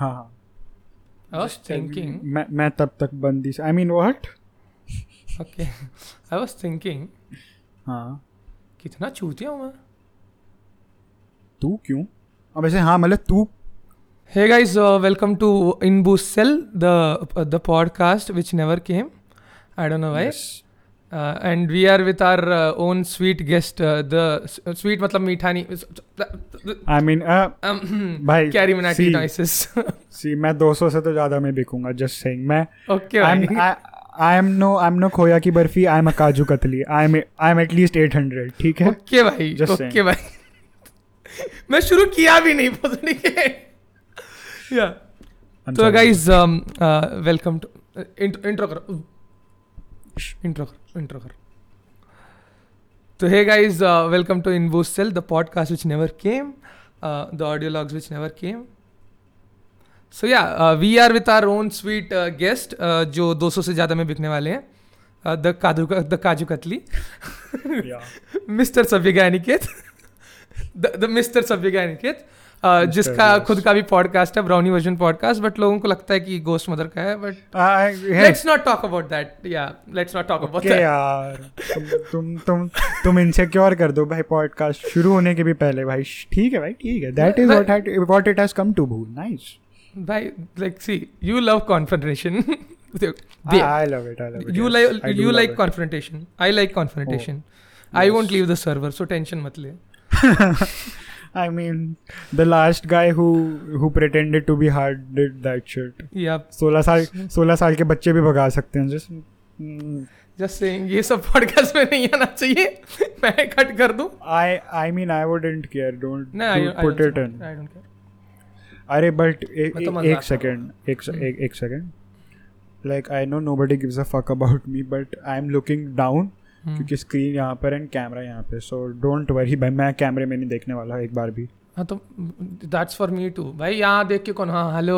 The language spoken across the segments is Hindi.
हाँ हाँ I was thinking, मैं मैं तब तक बंदी I mean what okay, I was thinking, हाँ कितना चूतिया हूँ मैं तू क्यों अब ऐसे हाँ मतलब तू Hey guys, uh, welcome to In Cell, the uh, the podcast which never came. I don't know why. Uh, and we are with our uh, own sweet guest, uh, the s- uh, sweet मतलब मीठा नहीं आई मीन um, भाई Carry Minati see, noises uh, see, मैं 200 से तो ज्यादा में बिकूंगा जस्ट सेइंग मैं okay I I am no I am no खोया की barfi I am kaju katli I am I am at least 800 ठीक है ओके भाई Just ओके saying. भाई मैं शुरू किया भी नहीं पता नहीं या I'm तो sorry. Guys welcome to intro करो इंट्रो करो इंट्रो करो तो हे गाइस वेलकम टू इनवो सेल the podcast which never came the audio logs which never came so yeah we are with our own sweet guest uh, जो 200 से ज़्यादा में बिकने वाले हैं uh, the kaju the kaju katli Yeah. Mister सभ्यगा अनिकेत द द मिस्टर सभ्यगा अनिकेत अ, Mr. जिसका yes. खुद का भी पॉडकास्ट है ब्राउनी वर्जन पॉडकास्ट बट लोगों को लगता है कि गोस्ट मदर का है बट आ, है let's not talk about that yeah let's not talk about okay यार तुम तुम तुम तुम इनसिक्योर कर दो भाई पॉडकास्ट शुरू होने के भी पहले भाई श- ठीक है भाई ठीक है that is what what it has come to भू नाइस भाई like see you love confrontation I love it I love it you like you like confrontation I like confrontation Oh, I yes. Won't leave the server so tension मत ले I mean the last guy who who pretended to be hard did that shit yeah 16 साल 16 साल के बच्चे भी भगा सकते हैं mm, जस्ट जस्ट सेइंग ये सब पॉडकास्ट में नहीं आना चाहिए मैं कट कर दूं I I mean I wouldn't care don't ना I put it in I don't care अरे बट मैं एक तो मजाक कर रहा सेकंड एक हम्म। से- एक second like I know nobody gives a fuck about me but I am looking down हम्म। क्योंकि स्क्रीन यहाँ पर एंड कैमरा यहाँ पे सो डोंट वरी भाई मैं कैमरे में नहीं देखने वाला एक बार भी हाँ तो दैट्स फॉर मी टू भाई यहाँ देख के कौन हाँ हेलो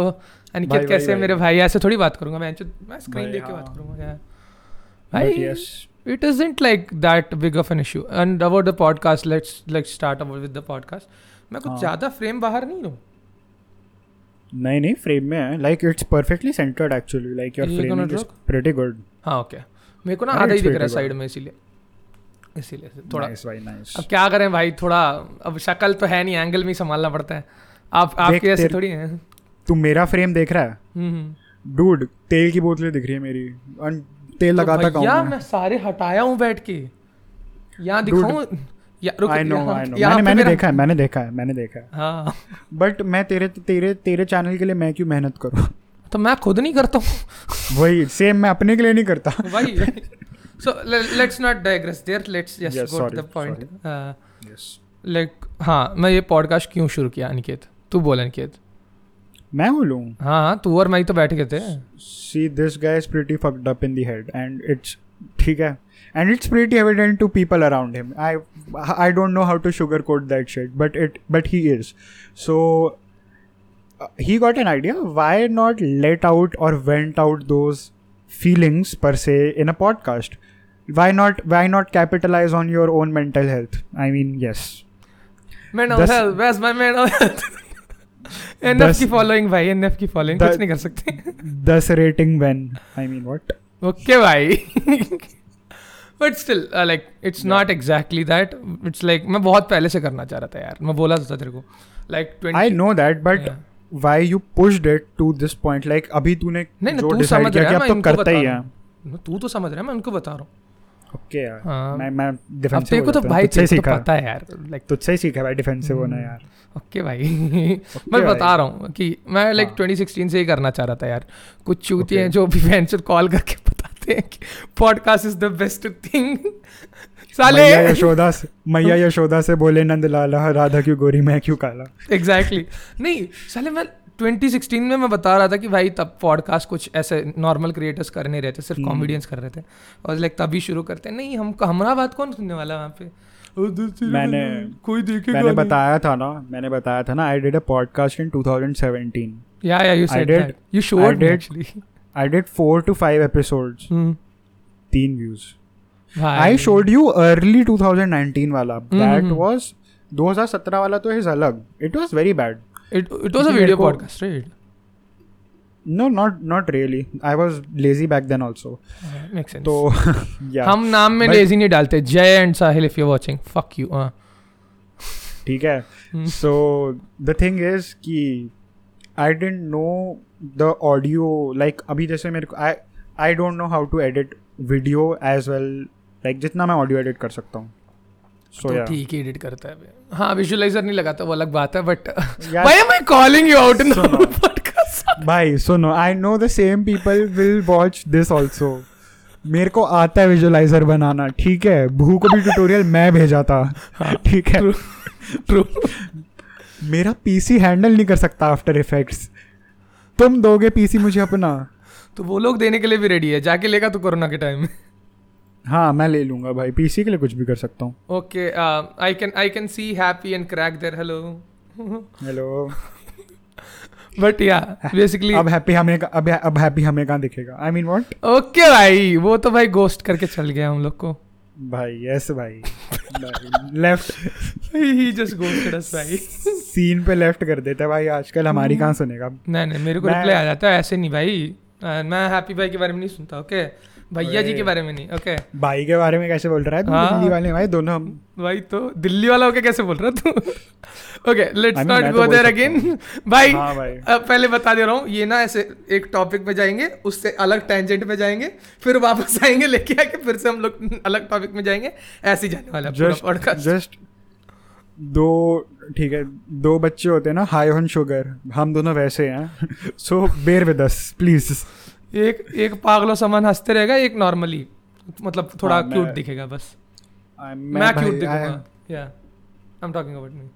अनिकेत भाई, कैसे भाई, मेरे भाई ऐसे थोड़ी बात करूंगा मैं जो- मैं स्क्रीन भाई, देख के बात हाँ। करूंगा यार बट भाई yes it isn't like that big of an issue and about the podcast let's let's start about with the podcast मैं कुछ हाँ। ज़्यादा फ्रेम बाहर नहीं हूँ नहीं नहीं फ्रेम में है like it's perfectly centered actually like your You frame gonna is look? Pretty good हाँ ओके मेरे को ना अरे, आधा ही it's दिख रहा है pretty साइड good. में इसीलिए इसीलिए थोड़ा नाइस भाई नाइस अब क्या करें भाई थोड़ा अब शक्ल तो है नहीं एंगल में ही संभालना पड़ता है आप आपके जैसे तेरे- थोड़ी हैं हम्म, तू मेरा फ्रेम देख रहा है हम्म डूड तेल की बोतलें दिख रही है मेरी and तेल तो लगाता भैया कहूँ मैं सारे हटाया हूँ बैठ के यहाँ दिखाऊं या रुक आई नो यहाँ- आई नो यहाँ मैंने पे मैंने मेरा- देखा है मैंने देखा है मैंने देखा है हाँ बट मैं तेरे तेरे तेरे चैनल के लिए मैं क्यों मेहनत करूँ तो मैं खुद नहीं करता हूँ वही सेम मैं अपने के लिए नहीं करता भाई so let's not digress there let's just Yes, go to sorry, the point yes. Like Uh, हाँ मैं ये पॉडकास्ट क्यों शुरू किया अनिकेत तू बोल अनिकेत मैं बोलूँ हाँ हाँ तू और मैं ही तो बैठ गए थे see this guy is pretty fucked up in the head and it's ठीक है and it's pretty evident to people around him I I don't know how to sugar coat that shit but it but he is so he got an idea why not let out और went out those feelings per se in a podcast why not why not capitalize on your own mental health I mean yes man of दस- हेल्थ बस मैं मैन ऑफ एनएफ की फॉलोइंग भाई एनएफ की फॉलोइंग कुछ दस- नहीं कर सकते दस rating when I mean what Okay, भाई but still like it's Yeah. Not exactly that it's like मैं बहुत पहले से करना चाह रहा था यार मैं बोला तो था तेरे को like I twenty know that but why you pushed it to this point like अभी तूने नहीं ना जो तू decide समझ किया रहा कि है अब मैं तो इनको करता बता ही रहा है हूँ तू तो समझ रहा है मैं उनको बता रहा हूँ ओके यार हाँ। मैं मैं अब डिफेंसिव तेरे को तो भाई तुझसे तेरे को सीखा तो पता है यार लाइक तुझसे ही सीखा भाई डिफेंसिव होना हम्म। यार ओके भाई Okay मैं भाई। बता रहा हूँ कि मैं लाइक हाँ। ट्वेंटी सिक्सटीन से ही करना चाह रहा था यार कुछ चूती Okay. हैं जो भी फैन से कॉल करके बताते हैं कि podcast is the best thing साले हाँ। मैया यशोदा से- मैया यशोदा से बोले नंद लाला राधा क्यों गोरी मैं क्यों काला एग्जैक्टली नहीं साले मैं 2016 में मैं बता रहा था कि भाई तब पॉडकास्ट कुछ ऐसे नॉर्मल क्रिएटर्स कर नहीं रहे थे सिर्फ हम्म। कॉमेडियंस कर रहे थे और लाइक तभी शुरू करते हैं नहीं हम हमारा बात कौन सुनने वाला है वहाँ पे और दूसरी बात, मैंने- कोई देखेगा मैंने नहीं। बताया था ना मैंने बताया था ना I did a podcast in 2017 yeah yeah you I said did. That you showed me did. Actually I did four to five episodes Hmm. तीन views I showed you early 2019 वाला दैट हम्म। वाज 2017 वाला तो इज अलग it was very bad it it was a क्योंकि मेरे वीडियो को- podcast right no not not really i was lazy back then also make sense तो या हम नाम में but- लेजी नहीं डालते Jay and Sahil if you watching fuck you ठीक है सो द थिंग इज कि I dent know the audio like अभी जैसे मेरे को I I don't know how to edit video as well like जितना मैं ऑडियो एडिट कर सकता हूँ सो तो ठीक ही एडिट करता है बे। हाँ विजुअलाइजर नहीं लगाता वो अलग बात है बट यार- why am I calling you out in सुनो। पॉडकास्ट भाई सुनो I know the same people will watch this also मेरे को आता है विजुअलाइजर बनाना ठीक है भू को भी ट्यूटोरियल मैं भेजा था ठीक है ट्रू मेरा पीसी हैंडल नहीं कर सकता आफ्टर इफेक्ट्स तुम दोगे पीसी मुझे अपना तो वो लोग देने के लिए भी रेडी है जाके लेगा तो कोरोना के टाइम में हाँ मैं ले लूंगा भाई पीसी के लिए कुछ भी कर सकता हूँ okay I can I can see Happy and Crack there hello hello but yeah basically अब हैप्पी हमें कहाँ- अब अब हैप्पी हमें कहाँ दिखेगा आई मीन व्हाट ओके भाई वो तो भाई गोस्ट करके चल गया हम लोग को भाई यस भाई left he just ghosted us भाई सीन पे लेफ्ट कर देता है भाई आजकल हमारी कहाँ सुनेगा नहीं नहीं मेरे को मैं- रिप्लाई आ जाता है ऐसे नहीं भाई आ, मैं हैप्पी भाई के बारे में नहीं सुनता ओके भैया जी के ओए। बारे में नहीं ओके भाई के बारे में कैसे बोल रहा है तू हाँ। दिल्ली वाले भाई दोनों हम भाई तो दिल्ली वाला होके कैसे बोल रहा तू okay let's I mean, not मैं तो गो बोल देयर सकता अगेन भाई हाँ भाई। अ, पहले बता दे रहा हूँ ये ना ऐसे एक टॉपिक पे जाएंगे उससे अलग टेंजेंट पे जाएंगे फिर वापस आएंगे लेके आके फिर से हम लोग अलग टॉपिक में जाएंगे ऐसे ही जाने वाला है पूरा जस्ट पॉडकास्ट जस्ट दो ठीक है दो बच्चे होते हैं ना हाई ऑन शुगर हम दोनों वैसे हैं सो बेर विद अस प्लीज एक एक पागलों समान हंसते रहेगा एक नॉर्मली मतलब थोड़ा हाँ, मैं- क्यूट दिखेगा बस मैं क्यूट दिखूंगा या I am talking about me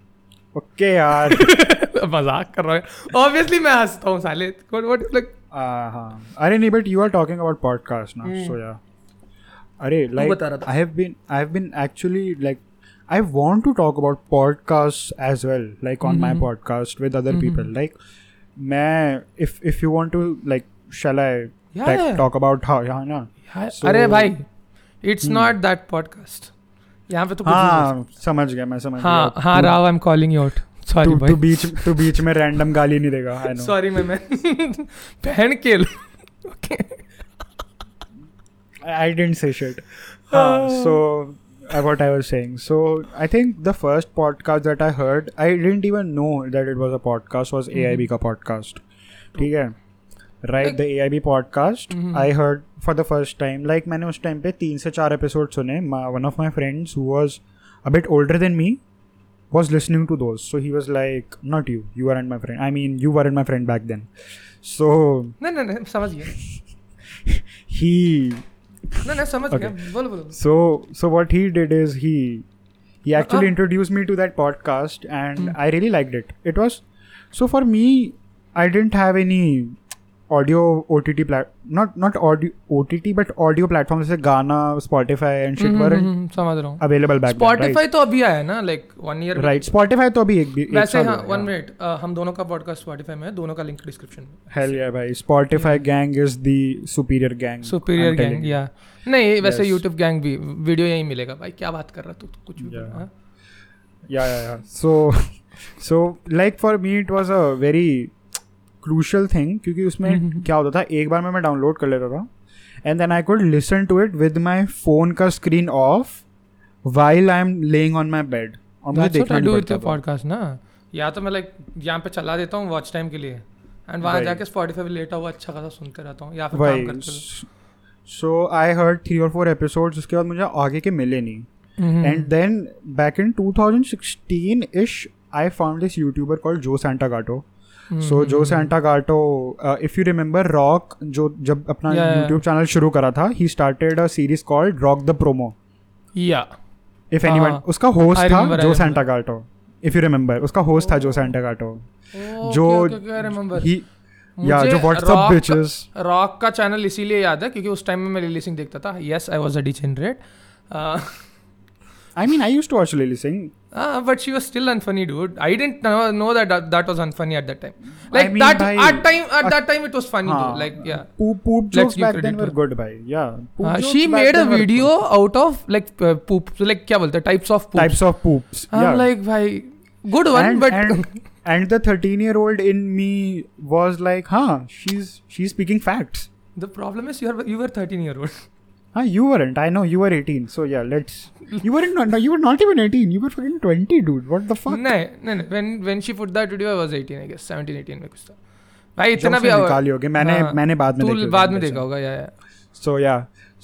okay यार मजाक कर रहा है ऑब्वियसली मैं हंसता हूँ साले व्हाट व्हाट लाइक आ, हाँ अरे नहीं but you are talking about podcast ना हम्म। सो या अरे लाइक बता रहा था। I have been I have been actually like I want to talk about podcast as well like on my Mhm. Podcast with other Mhm. People like मैं if if you want to like shall I Yeah, yeah. Talk about how या हाँ, ना So- हाँ, Hmm. अरे भाई इट्स नॉट दैट पॉडकास्ट यहाँ पे तो कुछ भी बोल हाँ समझ गया मैं समझ सकते- हाँ गया हाँ Rao I am calling you out sorry तू तू भाई तो- बीच तू बीच में रैंडम गाली नहीं देगा आई नो सॉरी मैं मैं बहन के okay I didn't say shit. Uh, so uh, what I was saying. So I think the first podcast that I heard, I didn't even know that it was a podcast. Was AIB का podcast? ठीक है. Right, the AIB podcast. Mhm. I heard for the first time. Like मैंने उस time पे तीन से चार एपिसोड सुने. My, one of my friends who was a bit older than me was listening to those. So he was like, "Not you. You weren't my friend. I mean, you weren't my friend back then." So नहीं नहीं नहीं समझ गया नहीं he नहीं समझ Okay. गया बोलो बोलो So so what he did is he he actually Uh-uh. introduced me to that podcast and I really liked it. It was so for me I didn't have any audio OTT plat not not audio OTT but audio platforms like Ghana, Spotify and shit hmm, hmm, weren't हम्म, समझ रहा हूँ available back then. स्पॉटिफाई तो अभी आया ना like one year Right. right. Spotify तो अभी एक भी एक वैसे साल हाँ हुआ है, वन yeah. मिनट हम दोनों का पॉडकास्ट स्पॉटिफाई में है दोनों का लिंक डिस्क्रिप्शन में Hell yeah, भाई. Spotify gang is the superior gang. Superior I'm telling gang you. या नहीं वैसे Yes. यूट्यूब गैंग भी वीडियो यहीं मिलेगा भाई क्या बात कर रहा तू तू कुछ भी Yeah. बोल, हाँ? yeah yeah yeah so so like for me it was a very crucial thing क्योंकि Mm-hmm, उसमें क्या होता था एक बार में मैं डाउनलोड कर लेता था and then I could listen to it with my phone का screen off while I am laying on my bed और मुझे That's what देखना I do नहीं with पड़ता your था। podcast ना या तो मैं लाइक यहाँ पे चला देता हूँ वॉच टाइम के लिए एंड वहाँ Right. जाके स्पॉटिफाई पे लेटा हुआ अच्छा खासा सुनते रहता हूँ या फिर काम वही करते सो आई हर्ड थ्री और फोर एपिसोड्स उसके बाद मुझे आगे के मिले नहीं रहता hmm. And then back in 2016 ish I found this YouTuber called Joe Santagato Hmm. So Joe Santagato if you remember rock Joe जब अपना Yeah, yeah. यूट्यूब चैनल शुरू करा था he started a series called rock the promo या इफ हाँ, एनी हाँ. उसका होस्ट I था remember, I जो remember. Oh. Santagato if you remember उसका होस्ट था Joe Santagato Joe remember he या जो व्हाट्सअप बिचेस रॉक का चैनल इसीलिए याद है क्योंकि उस टाइम में मैं रिलीसिंग देखता था yes I was a degenerate I mean I used to watch Lilly Singh Ah, but she was still unfunny, dude. I didn't know, know that, that that was unfunny at that time. Like mean, that bhai, at time at that time it was funny हाँ. though. Like yeah. poop poop Let's jokes give back credit then to were her. good भाई yeah poop Uh, jokes she back made a then were video good. out of like uh, poops, like क्या बोलते हैं types of poops. types of poops I'm yeah like भाई good one And- but and- and the 13 year old in me was like huh she's she's speaking facts The problem is you are you were 13 year old. huh you weren't i know you were 18 so yeah let's you weren't no, you were not even 18 you were fucking 20 dude what the fuck नहीं नहीं नहीं, when when she put that video I was 18 I guess 17 18 में कुछ था भाई इतना जब भी से निकाली होगी मैंने हाँ, मैंने बाद में तू देखी बाद में होगी, देखा होगा या या सो या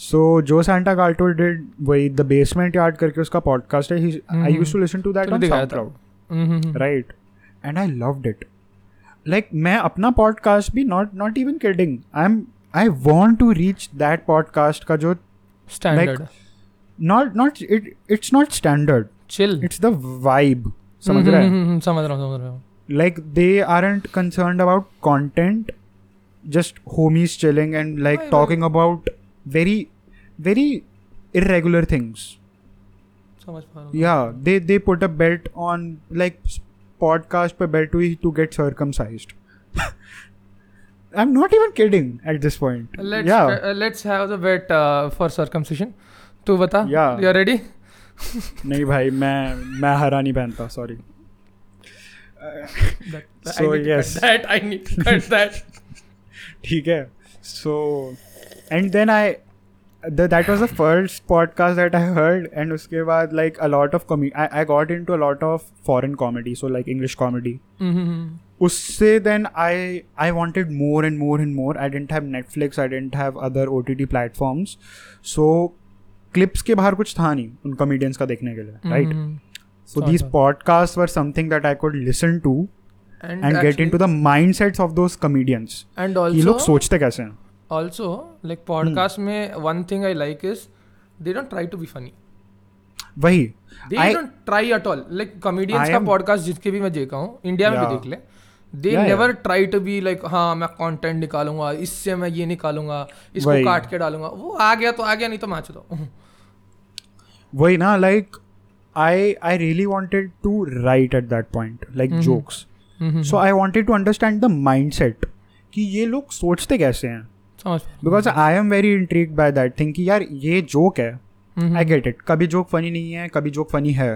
so Joe Santagato did वही द बेसमेंट यार्ड करके उसका पॉडकास्ट है I hmm. Used to listen to that तूने ऑन दिखाया था। SoundCloud hmm, hmm, hmm. Right and I loved it like मैं अपना पॉडकास्ट भी not not even kidding I am I want to reach that podcast का जो standard not not it it's not standard chill it's the vibe समझ हम्म, रहा है हम्म, हम्म, समझ रहा हूँ समझ रहा हूँ like they aren't concerned about content just homies chilling and like Right, right. talking about very very irregular things समझ पा रहा हूँ yeah they they put a belt on like s- podcast per belt to, to get circumcised i'm not even kidding at this point let's yeah uh, let's have the bet uh, for circumcision तू बता Yeah. you are ready नहीं भाई मैं मैं हरा नहीं पहनता sorry that, I So, need to yes. cut that I need to cut that ठीक है so and then I that was the first podcast that I heard and उसके बाद like a lot of comedy I got into a lot of foreign comedy so like English comedy hmm, hmm, hmm. Mm-hmm. उससे then I I wanted more and more and more I didn't have Netflix I didn't have other O T T platforms so clips के बाहर कुछ था नहीं उन कॉमेडियंस का देखने के लिए right so hmm, Sort these of. Podcast were something that I could listen to and get into the mind sets of those comedians and ये लोग ऑल्सो सोचते कैसे हैं ऑल्सो लाइक Hmm. पॉडकास्ट में one thing I like is they don't try to be funny वही they I- don't try at all like comedians I का am- पॉडकास्ट जितके भी मैं देखा हूँ इंडिया में भी Yeah. देख ले they Yeah, never try to be like हाँ मैं कंटेंट निकालूंगा इससे मैं ये निकालूंगा इसको वही। काट के डालूंगा वो आ गया तो आ गया नहीं तो मैच दो वही ना like I I really wanted to write at that point like Mhm. Jokes so I wanted to understand the mind set कि ये लोग सोचते कैसे हैं समझ पा रहा हूँ। Because I am very intrigued by that thing कि यार ये जोक है हम्म, आई गेट इट कभी जोक फनी नहीं है कभी जोक फनी है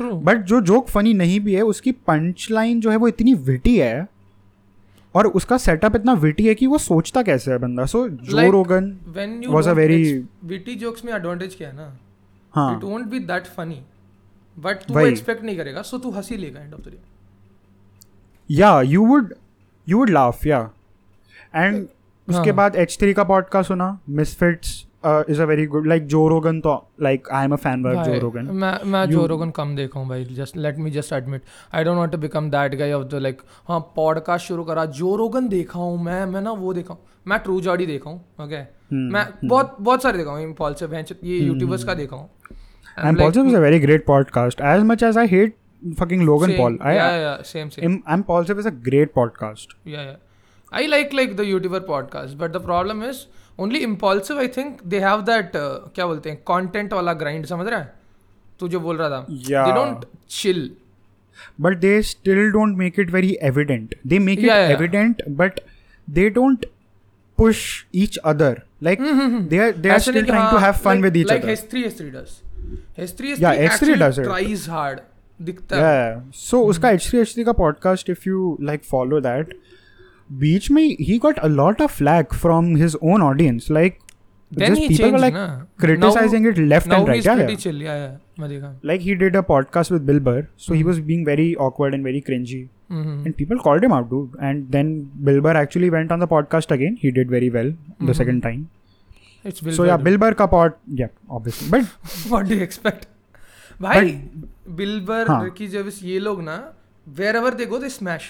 True. बट जो जोक फनी नहीं भी है उसकी पंच लाइन जो है वो इतनी विटी है और उसका सेटअप इतना विटी है कि वो सोचता कैसे है बंदा so Joe Like- Rogan when you was a don't very- ex- witty jokes में advantage क्या है ना हाँ it won't be that funny but तू वही। expect नहीं करेगा so तू हंसी लेगा end of the day या you would you would laugh या एंड उसके हाँ। बाद एच थ्री का पॉडकास्ट सुना uh, Misfits is a very good like Joe Rogan तो like I am a fan by Joe भाई, रोगन मैं मैं You- जो रोगन कम देखा हूँ भाई just let me just admit I don't want to become that guy of the like हाँ पॉडकास्ट शुरू करा जो रोगन देखा हूँ मैं मैं ना वो देखा हूँ मैं ट्रू जॉडी देखा हूँ ओके हम्म, मैं बहुत बहुत सारे देखा हूँ इम्पॉल्सिव हैं ये यूट्यूबर्स का देखा हूँ I'm and like, Paulson is a very great podcast as much as I hate fucking Logan same, Paul yeah, I yeah, same, same. Am Paulson is a great podcast yeah yeah i like like the youtuber podcast but the problem is only impulsive i think they have that uh, क्या बोलते हैं content वाला grind समझ रहा है तू जो बोल रहा था Yeah. they don't chill but they still don't make it very evident they make it Yeah, yeah. Evident but they don't push each other like they are they are ऐसे स्टिल नहीं कि ट्राइंग टू हाँ, have fun with Mm-hmm. like- each like other H3 H3 does H3 Yeah, H3 H3 does actually it. tries hard दिखता है yeah so हम्म। उसका एच थ्री एच थ्री का podcast if you like follow that बीच में ही got a lot of flag from his own audience like then just he people were changed like ना criticizing it left now and he's right yeah, pretty yeah. chill yeah yeah मैं देखा like he did a podcast with bill burr so Hmm. he was being very awkward and very cringy hmm, hmm, and people called him out dude and then bill burr actually went on the podcast again he did very well the second time it's Hmm. Bill so yeah Burr. bill burr ka pod yeah obviously but what do you expect भाई बिल्बर हाँ। रिकी जेविस ये लोग ना wherever they go they smash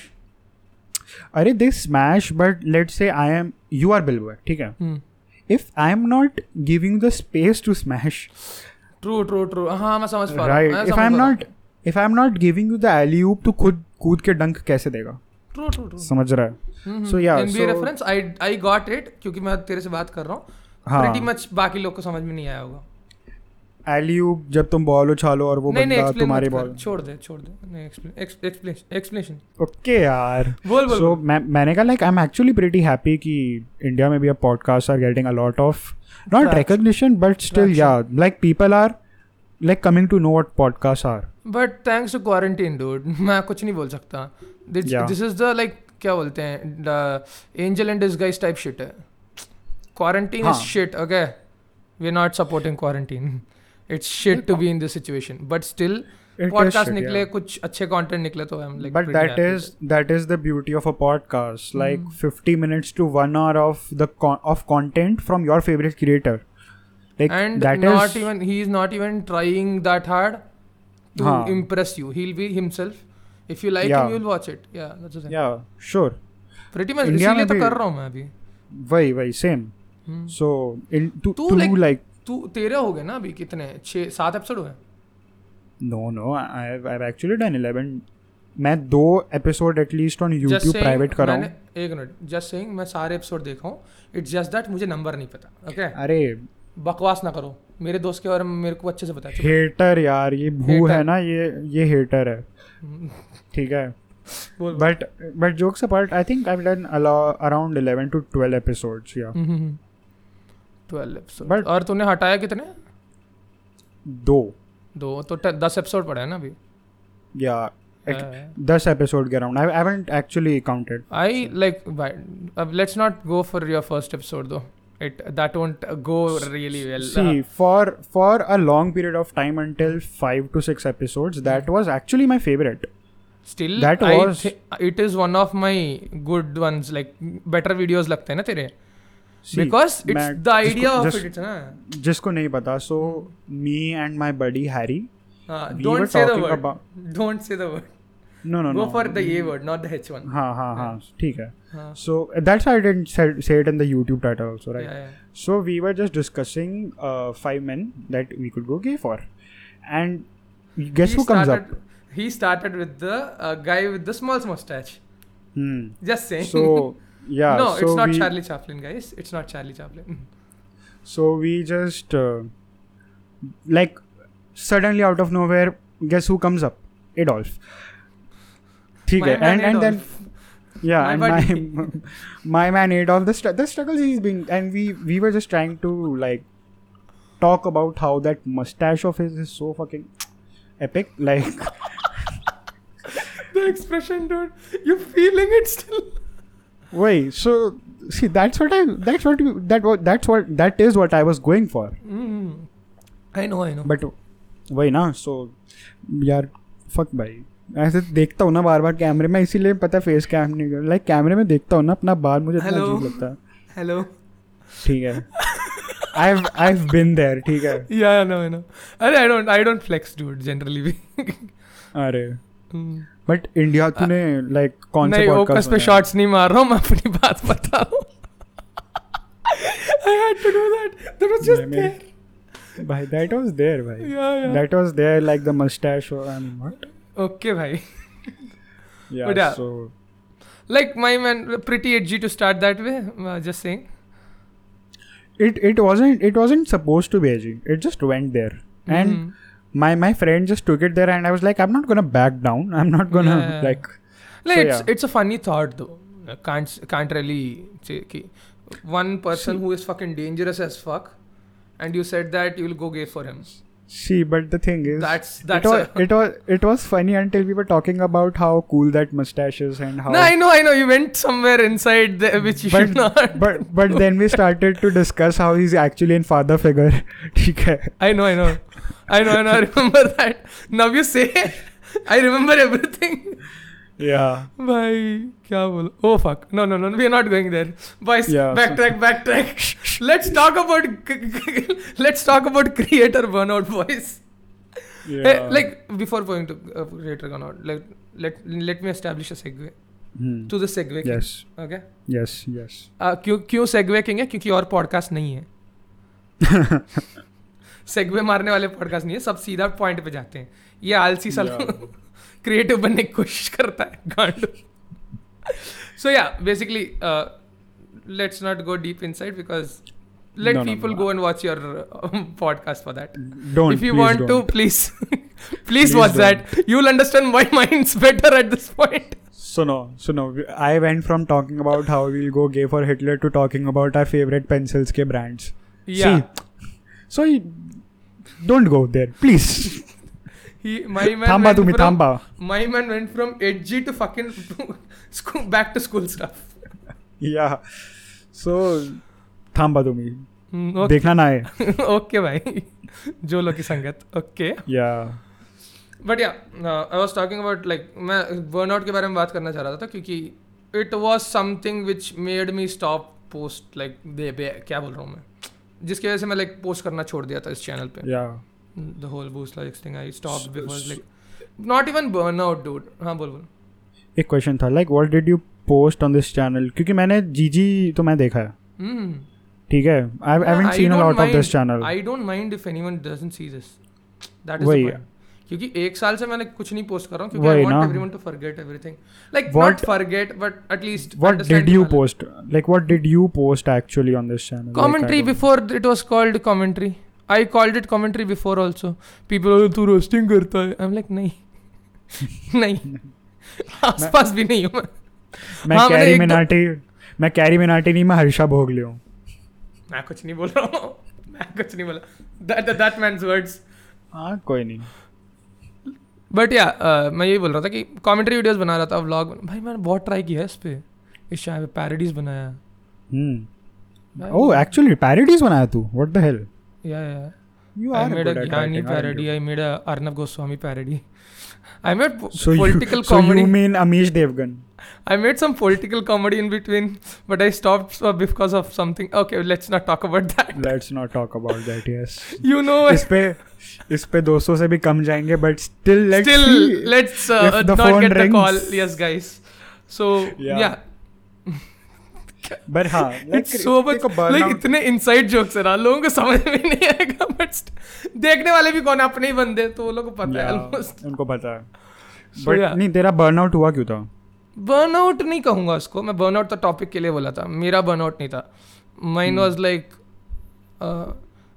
अरे they smash but let's say i am you are bill burr ठीक है true if I'm not giving the space to smash, true true हाँ मैं समझ पा रहा right? If I'm not, if I'm not giving you the alley oop, तो खुद कूद के डंक कैसे देगा? ट्रू ट्रू ट्रू समझ रहा है? Hmm, So yeah, NBA so reference I I got it क्योंकि मैं तेरे से बात कर रहा हूँ हाँ। प्रीटी मच बाकी लोग को समझ में नहीं आया होगा alley oop जब तुम बॉल उछालो और वो नहीं नहीं बंदा explain तुम्हारी मत कर, बॉल छोड़ दे छोड़ दे नहीं एक्सप्लेन एक्सप्लेनेशन ओके यार बोल बोल सो मैं मैंने कहा like I am actually pretty happy कि इंडिया में भी अब podcast are getting a lot of not Traction. Recognition but still Traction. या like people are like coming to know what podcasts are. But thanks to quarantine dude मैं कुछ नहीं बोल सकता Yeah. This is the like क्या बोलते हैं angel and dish guys type shit है क्वारंटीन इज हाँ. Shit okay we are not supporting quarantine it's shit to be in this situation but still It is podcast shit, yeah. निकले कुछ अच्छे कंटेंट निकले तो I am like but that is that is the beauty of a podcast Hmm. like 50 minutes to 1 hour of the con- of content from your favorite creator like and that is not even he is not even trying that hard to Huh. impress you he'll be himself if you like हाँ। Yeah. him you'll watch it yeah that's the thing yeah sure pretty much India इसीलिए में तो भी- कर रहा हूँ मैं अभी why why same hmm. so in to, Two, to like- like, तू तेरे हो गए ना अभी कितने छः सात एपिसोड हुए no no I, I've, I've actually done 11 मैं दो episode at least on Just YouTube saying, private कर रहा हूँ मैंने- एक मिनट जस्ट सेइंग मैं सारे एपिसोड देखा हूँ इट्स जस्ट दैट मुझे नंबर नहीं पता ओके अरे बकवास ना करो मेरे दोस्त के बारे में मेरे को अच्छे से पता है हेटर यार ये भू Hater. है ना ये ये हेटर है हम्म, ठीक है बोल बोल। but but jokes apart i think i've done a lo- around 11 to 12 episodes yeah hmm, hmm, twelve episode But- और तूने हटाया कितने though दो तो टे- दस एपिसोड पड़े हैं ना अभी yeah Uh, it, this episode get around I, I haven't actually counted I like let's not go for your first episode though it that won't go really see well for for a long period of time until 5 to 6 episodes that Hmm. was actually my favorite still That was- it is one of my good ones like better videos लगते हैं ना तेरे see बिकॉज इट्स मैं- द आइडिया जिसको- ऑफ जिस- इट ना jisko nahi pata so me and my buddy harry हाँ, we don't were say the talking word about don't say the word no no go no for the a word not the h one ha ha ha ठीक है हाँ, so that's why i didn't say, say it in the youtube title also right yeah, yeah. So we were just discussing uh, five men that we could go gay for, and guess He who comes up? started- he started with the uh, guy with the small mustache Hmm. just saying So yeah. no so it's not we, charlie chaplin guys it's not charlie chaplin So we just uh, like suddenly out of nowhere, guess who comes up? Adolf. ठीक My है man and and then Adolf. yeah My and my buddy. my man Adolf the str- the struggles he's been and we we were just trying to like talk about how that mustache of his is so fucking epic like the expression dude you're feeling it still Wait, so see, that's what I, that's what you, that was, that's what, that is what I was going for. mm. i know i know But वही ना, so यार fuck भाई ऐसे देखता हूँ ना बार बार कैमरे में इसीलिए पता फेस कैम नहीं कर लाइक कैमरे में देखता हूँ ना अपना बाल मुझे इतना Hello. अजीब लगता है hello ठीक है I've I've been there ठीक है yeah, I know, I know. अरे I don't, I don't flex, dude. Generally भी. अरे हम्म। बट इंडिया तूने लाइक कौन से नहीं ओकस podcast पे बनाए? शॉट्स नहीं मार रहा हूँ मैं अपनी बात बता रहा हूँ I had to do that. That was just नहीं, there. मेरे- भाई that was there भाई Yeah, yeah. that was there like the mustache or I mean what okay, भाई. yeah, But yeah. so Like my man, pretty edgy to start that way. Uh, just saying. it it wasn't it wasn't supposed to be edgy it just went there and Mhm. my my friend just took it there and i was like i'm not gonna back down i'm not gonna Yeah. like like so, it's yeah. it's a funny thought though. Uh, Can't can't really say कि one person who is fucking dangerous as fuck, and you said that you will go gay for him. see but the thing is That's it that's was, a- it was it was funny until we were talking about how cool that mustache is and how No, I know, I know. You went somewhere inside there, which you should not. but but then we started to discuss how he's actually in father figure ठीक है I know, I know. I know, I know. I remember that. Now you say, I remember everything. yeah Bhai, kya bolo? Oh, fuck. No, no, no. We are not going there. Boys, Yeah, so- backtrack, backtrack. let's talk about, let's talk about creator burnout, boys. yeah Hey, Eh, like, before going to uh, creator burnout, like, let, let me establish a segue Hmm. to the segue. king, yes Okay. yes yes आ, क्यों क्यों सेगवे किंग है क्योंकि और पॉडकास्ट नहीं है सेगवे मारने वाले पॉडकास्ट नहीं है सब सीधा पॉइंट पे जाते हैं ये आलसी साल Yeah. क्रिएटिव बनने की कोशिश करता है गांड so yeah basically let's not go deep inside because let No, no, people no. Go and watch your podcast for that don't if you please want don't. to please please watch don't. that you will understand my minds better at this point So no, so no. we- I went from talking about how we'll go gay for Hitler to talking about our favorite pencils ke brands. yeah See, so you, don't go there, please. He, my man Thamba went tumi from, thamba. My man went from edgy to fucking school, back to school stuff. Yeah. So thamba tumi. Hmm, okay. देखना ना है ओके भाई जो लोग की संगत ओके या बट या I was talking about like मैं बर्नआउट के बारे में बात करना चाह रहा था क्योंकि it was something which made me stop post like दे बे क्या बोल रहा हूँ मैं जिसकी वजह से मैं लाइक पोस्ट करना छोड़ दिया था इस चैनल पे yeah the whole boost logics thing i stopped S- s- because like not even burnout dude हाँ बोल बोल एक क्वेश्चन था like what did you post on this channel क्योंकि मैंने जीजी तो मैं देखा है हम्म ठीक है I Yeah, haven't Uh, I seen a don't lot of mind. This channel I don't mind if anyone doesn't see this that is वही द क्योंकि एक साल से मैंने कुछ नहीं पोस्ट कर रहा हूँ क्योंकि आई वही वांट ना। Everyone to forget everything like not What- forget but at least what did you post like what did you post actually on this channel commentary like, I don't- before it was called commentary i called it commentary before also people are तू roasting करता है i'm like नहीं नहीं आसपास भी नहीं हूँ मैं मैं हाँ, मैंने कैरी एक दो- मिनाटी मैं कैरी मिनाटी नहीं मैं हर्षा भोगले हूँ मैं कुछ नहीं बोल रहा हूँ मैं कुछ नहीं बोला that that man's words हाँ कोई नहीं बट या uh, मैं यही बोल रहा था कि कमेंट्री वीडियोस बना रहा था व्लॉग भाई मैंने बहुत ट्राई किया है इस पे इस शायद पैरडीज बनाया हम्म oh actually parodies बनाया तू what the hell yeah yeah you I are made good a at ज्ञानी writing, aren't parody you? I made a Arnab Goswami parody I made so you political so you comedy mean amish devgan I made some political comedy in between but I stopped because of something okay let's not talk about that let's not talk about that yes you know इस पे इस पे 200 से भी कम जाएंगे but still let's still see. let's uh, if the not phone get the rings. call yes guys so Yeah. yeah but हाँ like, it's so much take a burnout. Like इतने इनसाइड जोक्स है ना लोगों को समझ में नहीं आएगा बट देखने वाले भी कौन है, अपने ही बंदे हैं, तो वो लोग को पता है Yeah, ऑलमोस्ट उनको पता है So, बट yeah. नहीं तेरा बर्नआउट हुआ क्यों था बर्नआउट नहीं कहूंगा उसको मैं बर्नआउट तो टॉपिक के लिए बोला था मेरा बर्नआउट नहीं था mine Hmm. Was like uh,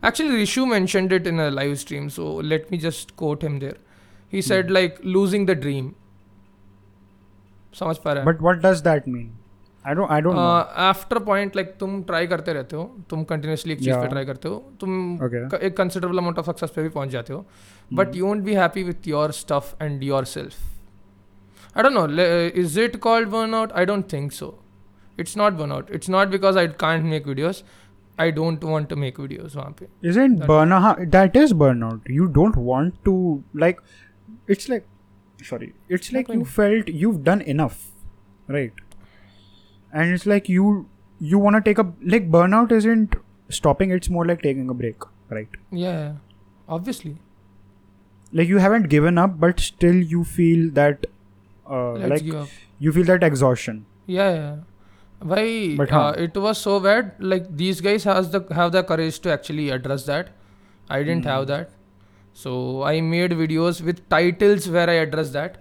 actually Rishu mentioned it in a live stream so let me just quote him there he Hmm. Said like losing the dream समझ पा रहे हैं but what does that mean i don't i don't Uh, know after point like तुम ट्राई करते रहते हो तुम कंटिन्यूसली एक चीज़ पे Yeah. ट्राई करते हो तुम Okay. Hmm. क- एक कंसिडरेबल अमाउंट ऑफ सक्सेस पे भी पहुंच जाते हो but you won't be happy with your stuff and yourself I don't know is it called burnout I don't think so it's not burnout it's not because I can't make videos I don't want to make videos वहाँ पे isn't that- burnout हाँ, that is burnout you don't want to like it's like sorry it's Yeah, like कोई you नहीं। felt you've done enough right and it's like you you want to take a like burnout isn't stopping it's more like taking a break right yeah obviously like you haven't given up but still you feel that uh, like let's you feel that exhaustion yeah yeah why But uh, huh. it was so bad like these guys has the have the courage to actually address that i didn't Hmm. have that so i made videos with titles where i address that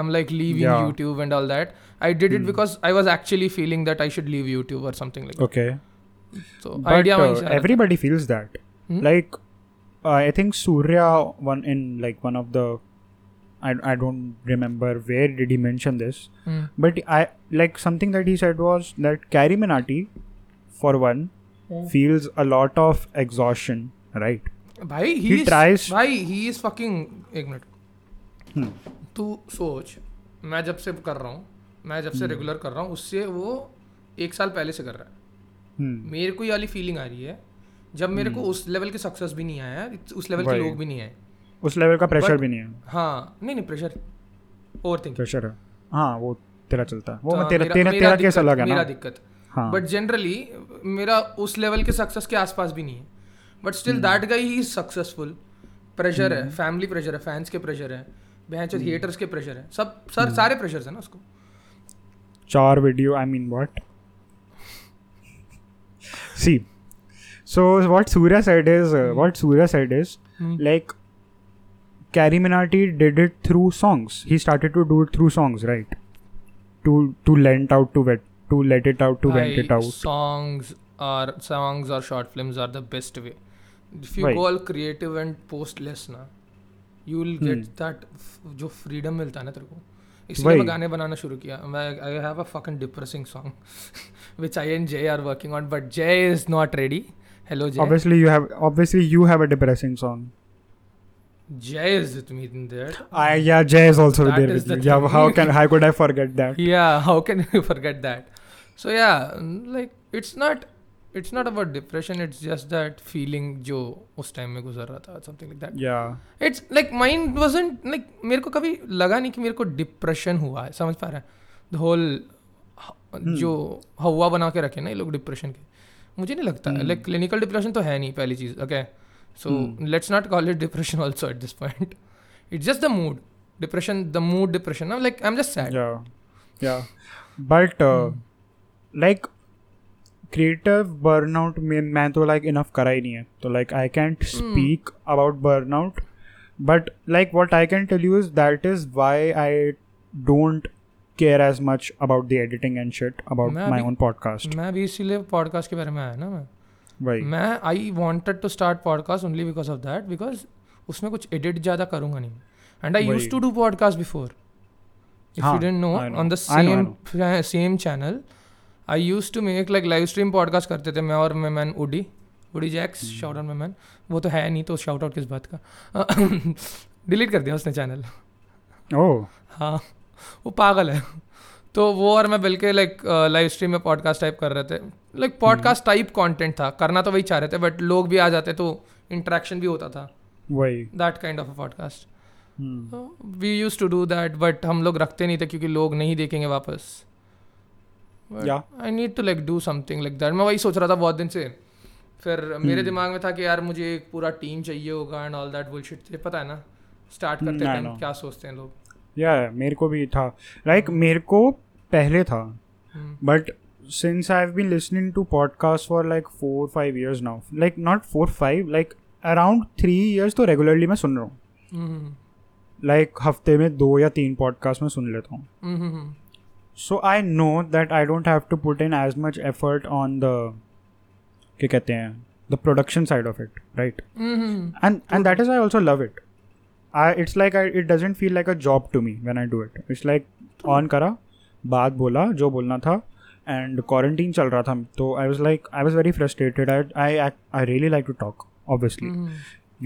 i'm like leaving Yeah. youtube and all that i did it Hmm. because i was actually feeling that i should leave youtube or something like okay that so but idea uh, वहीं से आया था। everybody feels that Hmm? like uh, i think surya one in like one of the I, I don't remember where did he mention this Hmm. but i like something that he said was that Carrie Minati for one Hmm. feels a lot of exhaustion right भाई he, He is, tries- भाई ही इज फकिंग एक मिनट Hmm. तू सोच मैं जब से कर रहा हूँ मैं जब Hmm. से रेगुलर कर रहा हूँ उससे वो एक साल पहले से कर रहा है hmm. मेरे को ये वाली फीलिंग आ रही है जब मेरे हम्म। को उस लेवल के सक्सेस भी नहीं आया है, उस लेवल के वही। लोग भी नहीं आए उस लेवल का प्रेशर But- भी नहीं है हाँ नहीं नहीं प्रेशर ओवर थिंक प्रेशर है हाँ वो तेरा चलता है वो तेरा तेरा तेरा केस अलग है हाँ, मेरा ना दिक्कत हाँ बट जनरली मेरा उस लेवल के सक्सेस के आसपास भी नहीं है but still hmm. That guy he is successful pressure है फैमिली प्रेशर है फैंस के प्रेशर है बेंच हम्म। हेटर्स के प्रेशर है सब सर सारे प्रेशर्स है ना उसको चार video i mean what see so what surya said is uh, what surya said is Hmm. like Carrie Minati did it through songs. He started to do it through songs, right? To to lent out to wet to let it out to vent it I- out. Songs or songs or short films are the best way. If you Right. go all creative and post less ना, you will get Hmm. that f- जो freedom मिलता है ना तेरे को. इसलिए मैं वही। गाने बनाना शुरू किया. मैं I have a fucking depressing song, which I and Jay are working on, but Jay is not ready. hello Jay. Obviously, you have obviously you have a depressing song. Jay is with me in there. I yeah, Jay is also That there. is With the you. Yeah, thing. how can how could I forget that? yeah how can you forget that so yeah mm, like it's not it's not about depression it's just that feeling जो उस टाइम में गुजर रहा था something like that Yeah, it's like mind wasn't like मेरे को कभी लगा नहीं कि मेरे को डिप्रेशन हुआ है समझ पा रहा है the Hmm. whole जो हवा बना के रखे ना ये लोग डिप्रेशन के मुझे नहीं लगता Hmm. लाइक क्लिनिकल डिप्रेशन तो है नहीं पहली चीज़ okay so Hmm. Let's not call it depression also at this point it's just the mood depression the mood depression like I am just sad yeah, yeah. But uh, like creative burnout में मैं तो like enough करा ही नहीं है तो like I can't Hmm. speak about burnout but like what I can tell you is that is why I don't care as much about the editing and shit about मैं my अभी- own podcast मैं भी इसीलिए पॉडकास्ट के बारे में आया ना मैं वही मैं I wanted to start podcast only because of that because उसमें कुछ एडिट ज़्यादा करूंगा नहीं एंड आई यूज वही। To do podcast before if you हाँ, don't know I know. On the I know, I same same channel I use to make like live stream podcast करते थे मैं और मैं मैन उडी उडी जैक्स Hmm. शाउट आउट मैं मैन वो तो है नहीं तो शाउट आउट किस बात का डिलीट कर दिया उसने चैनल oh हाँ वो पागल है तो वो और मैं बल्कि लाइक लाइव स्ट्रीम में पॉडकास्ट टाइप कर रहे थे लाइक हम्म। पॉडकास्ट टाइप कंटेंट था करना तो वही चाह रहे थे बट लोग भी आ जाते तो इंटरेक्शन भी होता था वही that kind of a podcast hmm. तो we use to do that but हम लोग रखते नहीं थे क्योंकि लोग नहीं देखेंगे वापस Yeah. I need to like do something like that मैं वही सोच रहा था बहुत दिन से फिर मेरे हम्म। दिमाग में था कि यार मुझे एक पूरा टीम चाहिए होगा एंड ऑल दैट बुलशिट पता है ना स्टार्ट Hmm, करते I टाइम know. क्या सोचते हैं लोग yeah मेरे को भी था like मेरे को पहले था Hmm. but since I've been listening to podcasts for like four five years now like not four five like around three years तो regularly मैं सुन रहा हूँ Hmm. like हफ्ते में दो या तीन podcast में सुन लेता हूँ Hmm, hmm, hmm. so I know that I don't have to put in as much effort on the क्या कहते हैं the production side of it right Hmm. and and that is I also love it I it's like I it doesn't feel like a job to me when I do it it's like on करा बात बोला जो बोलना था एंड क्वारंटीन चल रहा था तो I was like I was very frustrated I I really like to talk obviously Hmm.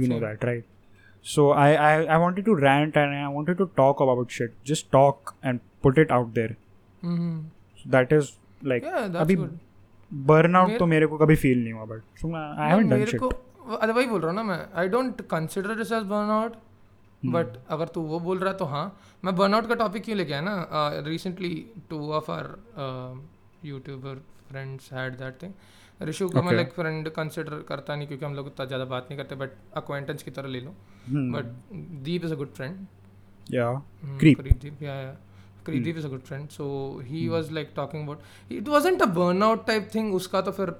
you know Same. that right so I, I i wanted to rant and i wanted to talk about shit just talk and put it out there Hmm. so that is like Yeah, that's अभी good. burnout मेरे- तो मेरे को कभी feel नहीं हुआ but so i नहीं, haven't done मेरे shit को अरे वही बोल रहा हूँ ना मैं I don't consider this as burnout Hmm. But अगर तू वो बोल रहा है तो हाँ मैं बर्नआउट का टॉपिक क्यों लेके आया ना Uh, recently two of our uh, YouTuber friends had that thing Rishu को मैं Okay. लाइक फ्रेंड कंसिडर करता नहीं क्योंकि हम लोग उतना ज़्यादा बात नहीं करते बट अक्वाइंटेंस की तरह ले लो Hmm. But Deep is a good friend yeah Mm, Creep. Hmm. Deep, yeah, yeah. Creep Deep is a good friend. So he was like talking about it wasn't a burnout type thing. उसका तो फिर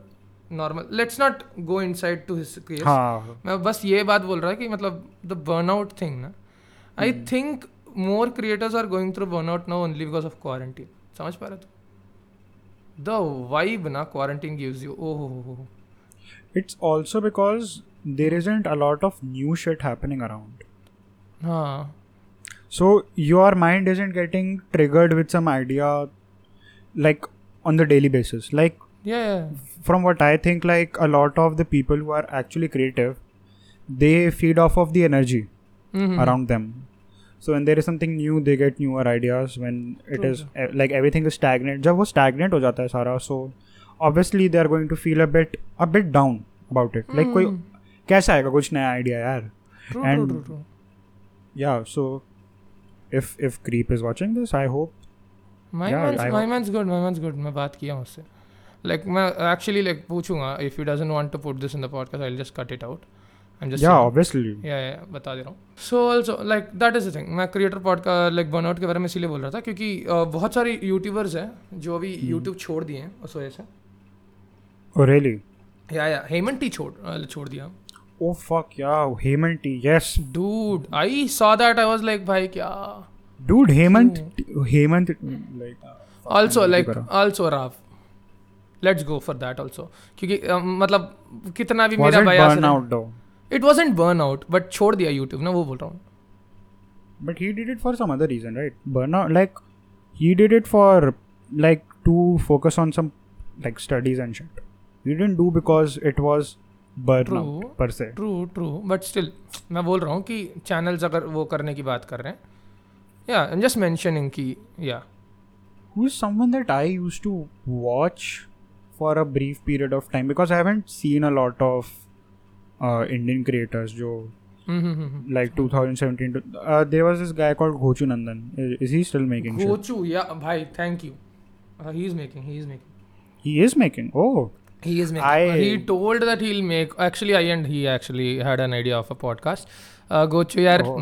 normal. Let's not go inside to his case. हाँ मैं बस ये बात बोल रहा कि मतलब the burnout thing ना. I Hmm. think more creators are going through burnout now only because of quarantine. समझ पा रहे हो? The vibe ना quarantine gives you. Oh, oh, oh, oh. it's also because there isn't a lot of new shit happening around हाँ. so your mind isn't getting triggered with some idea like on the daily basis like Yeah, yeah. from what I think, like a lot of the people who are actually creative, they feed off of the energy Mm-hmm. around them. So when there is something new, they get newer ideas. When it True, is eh, like everything is stagnant, जब वो stagnant हो जाता है सारा, so obviously they are going to feel a bit a bit down about it. Like कोई कैसा आएगा कुछ नया idea यार? Hmm. True, true, and- true, true. Yeah. So if if Creep is watching this, I hope. My Yeah, man's I- my man's good my man's good मैं बात किया हूँ उससे लाइक मैं एक्चुअली लाइक पूछूंगा if you doesn't want to put this in the podcast I just cut it out I am yeah, just obviously. या या बता दे रहा हूँ so also like that is the thing मैं क्रिएटर पॉडकास्ट लाइक बर्नआउट के बारे में इसीलिए बोल रहा था क्योंकि uh, बहुत सारे यूट्यूबर्स हैं जो अभी Hmm. यूट्यूब छोड़ दिए हैं उस वजह से Oh really? या या हेमंत ही छोड़ uh, छोड़ दिया Oh fuck yeah, Hemant T. Yes, dude I saw that I was like भाई क्या dude, Hemant, Hemant, like. Also नहीं लाइक करो। Also Rao let's go for that also क्योंकि uh, मतलब कितना भी Was मेरा it bias रहे- burnout though? It was burn out but छोड़ दिया यूट्यूब ना वो बोल रहा हूँ But he did it for some other reason, right? Burnout, like he did it for like to focus on some like studies and shit. He didn't do because it was burnout True. per se true true but still मैं बोल रहा हूँ कि चैनल्स अगर वो करने की बात कर रहे हैं या आई एम जस्ट मेंशनिंग कि या who's someone that I used to watch for a brief period of time because I haven't seen a lot of uh, Indian creators. Jo, like 2017, to- uh, there was this guy called Gochu Nandan. Is, is he still making shit? Gochu या भाई Uh, thank you he is making he is making He is making. Oh, He is making. I- He told that he'll make. Actually, I and he actually had an idea of a podcast. Uh, gotcha यार Oh.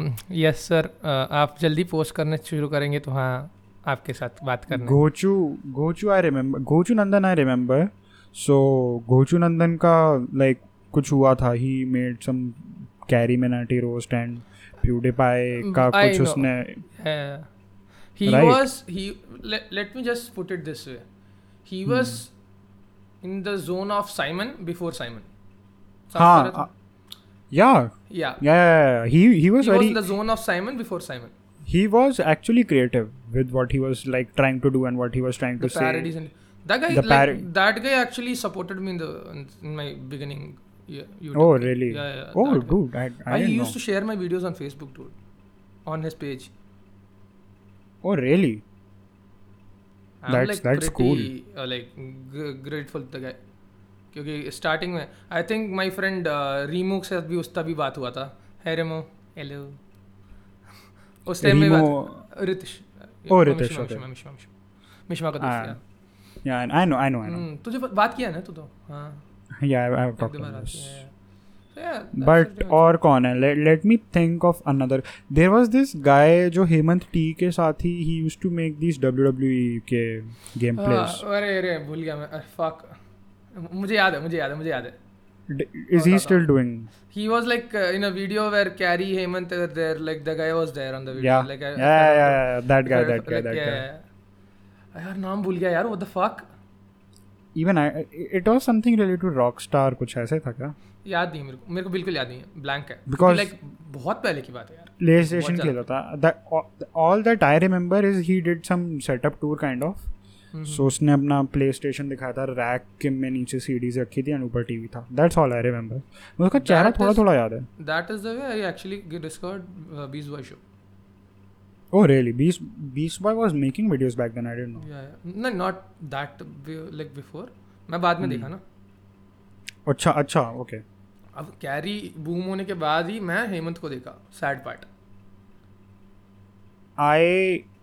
यस सर Uh, आप जल्दी पोस्ट करने शुरू करेंगे तो हाँ आपके साथ बात करने Gochu. Gochu, I remember. Gochu Nandan, I remember. So Gochu Nandan ka like कुछ हुआ था he made some Carry Minati roast and PewDiePie का Hmm, I कुछ know. उसने Uh, he Right. was he let, let me just put it this way he Hmm. was in the zone of simon before simon Sounds हाँ correct? uh, yeah yeah yeah, yeah, yeah. he he was he was very in the zone of simon before simon he was actually creative with what he was like trying to do and what he was trying the to parodies and that guy The like, parod- that guy actually supported me in the in my beginning say. yeah YouTube. Oh really? yeah, yeah oh that guy. dude, I, I, i, didn't used know. to share my videos on facebook dude on his page oh really? I'm That's- like that's pretty, uh, like gr- grateful to the guy क्योंकि स्टार्टिंग में आई think my friend Remo uh, के साथ भी उसका भी बात हुआ था है रेमो हेलो उस टाइम में Remo- बात रितिश Oh, या- रितिश, मिश्मा, okay. मिश्मा, मिश्मा, मिश्मा। मिश्मा का Ah, दोस्त yeah. Yeah, and I know, I know, I know. हम्म, तुझे ब- बात किया ना तू तो हाँ Yeah, I, I've एक talked दो बार about बात this. किया yeah. So, yeah, that's बट pretty much- और कौन है let, let me think of another there was this guy जो हेमंत टी के साथ ही he used to make these WWE के गेम प्लेस हाँ, अरे अरे भूल गया मैं फक मुझे याद है मुझे याद है मुझे याद है is he still doing He was हाँ। like uh, in a video where Carrie Heyman were there, like the guy was there on the video. yeah Like, yeah yeah, yeah yeah, that guy that guy like, that yeah, guy yeah. यार नाम भूल गया यार what the fuck even I it was something related to rockstar कुछ ऐसे था क्या याद नहीं मेरे को मेरे को बिल्कुल याद नहीं है ब्लैंक है Because- लाइक बहुत पहले की बात है यार प्ले स्टेशन What's खेला था that all that I remember is he did some setup tour kind of Mm-hmm. So उसने अपना प्ले स्टेशन दिखाया था रैक के में नीचे सीडीज रखी थी एंड ऊपर टीवी था दैट्स ऑल आई रिमेंबर उसका चेहरा That थोड़ा is- थोड़ा याद है that is the way I actually discovered beast boy show oh really beast beast boy was making videos back then I don't know या नहीं नॉट दैट लाइक बिफोर मैं बाद Hmm. में देखा ना अच्छा अच्छा ओके अब कैरी बूम होने के बाद ही मैं हेमंत को देखा sad part I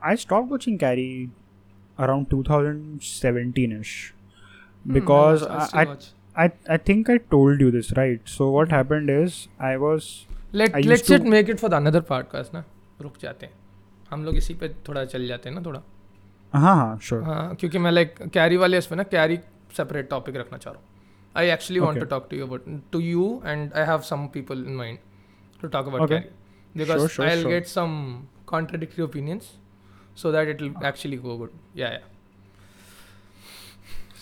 I stop watching Carry around 2017 ish because I I, I think I told you this, right? So what happened is I was let I used let's to- it make it for the another podcast ना रुक जाते हैं हम लोग इसी पे थोड़ा चल जाते हैं ना थोड़ा हाँ हाँ uh, sure हाँ क्योंकि मैं लाइक कैरी वाले इसमें ना कैरी सेपरेट टॉपिक रखना चाह रहा हूँ I actually want to Okay. Talk to you about to you and I have some people in mind to talk about Okay. Carry because sure, I will sure. Get some contradictory opinions so that it will actually go good या या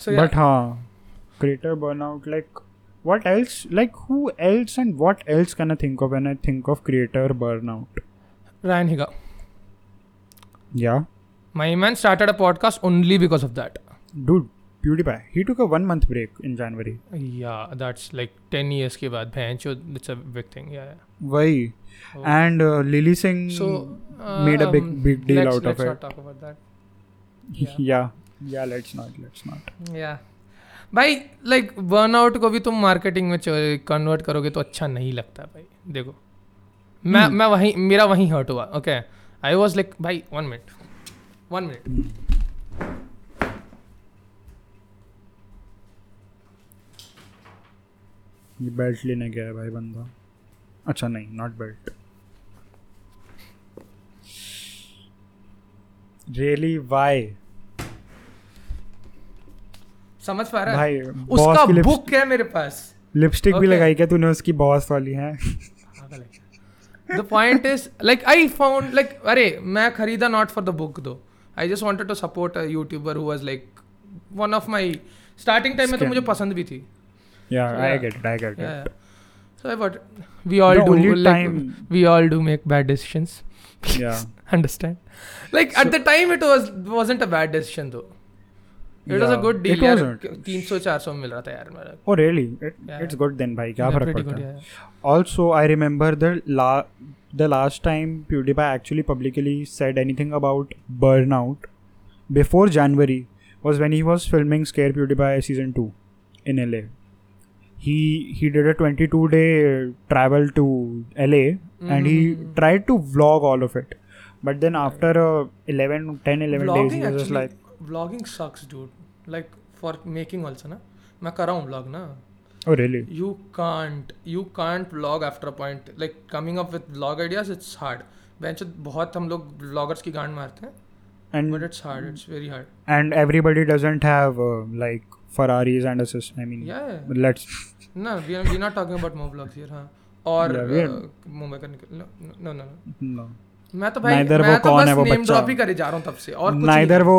सो but हाँ creator burnout like what else like who else and what else can I think of when I think of creator burnout Ryan Higa yeah my man started a podcast only because of that dude PewDiePie he took a one month break in January Yeah, that's like 10 years के बाद भैंस it's a big thing. Yeah. yeah. why Oh. and uh, Lily Singh So Hmm, made a big- um, big deal let's, out of let's it. not talk about that. yeah. yeah yeah let's not let's not Yeah. भाई लाइक बर्नआउट को भी तुम मार्केटिंग में कन्वर्ट करोगे तो अच्छा नहीं लगता भाई देखो मैं Hmm. मैं वहीं मेरा वहीं हर्ट हुआ ओके आई वाज लाइक भाई वन मिनट वन मिनट ये बेल्ट लेने गया है भाई बंदा अच्छा नहीं नॉट बेल्ट रियली वाई समझ पा रहा है भाई उसका बॉस की लिप, बुक है मेरे पास लिपस्टिक भी Okay. लगाई क्या तूने उसकी बॉस वाली है the point is like I found like अरे मैं खरीदा not for the book though I just wanted to support a YouTuber who was like one of my starting time में तो Scam. मुझे पसंद भी थी या I Yeah. Get it I get it so I what we all The do only like time- we all do make bad decisions या understand like at the time it was wasn't a bad decision though it was a Yeah, good it deal यार wasn't. 300 400 में मिल रहा था यार मेरा oh really it, Yeah. it's good then bhai kya Yeah, farak pretty padta good, hai yeah, also i remember the la the last time pewdiepie actually publicly said anything about burnout before january was when he was filming scare pewdiepie season 2 in la he he did a 22 day travel to la and he Mhm. tried to vlog all of it but then after uh, 11 10 11 days yeah. he vlogging was just actually like vlogging sucks dude like for making also ना मैं कर रहा हूँ vlog ना oh really you can't you can't vlog after a point like coming up with vlog ideas it's hard bench बहुत हम लोग vloggers की गांड मारते हैं and but it's hard it's very hard and everybody doesn't have uh, like ferraris and assist i mean yeah let's no we are, we're not talking about more vlogs here हाँ और Yeah, we are- uh, Mumbai का निकल no no no, no. no. मैं तो भाई Neither मैं वो तो कौन बस है वो name बच्चा। drop ही करे जा रहा हूँ तब से और कुछ नहीं। नाइदर वो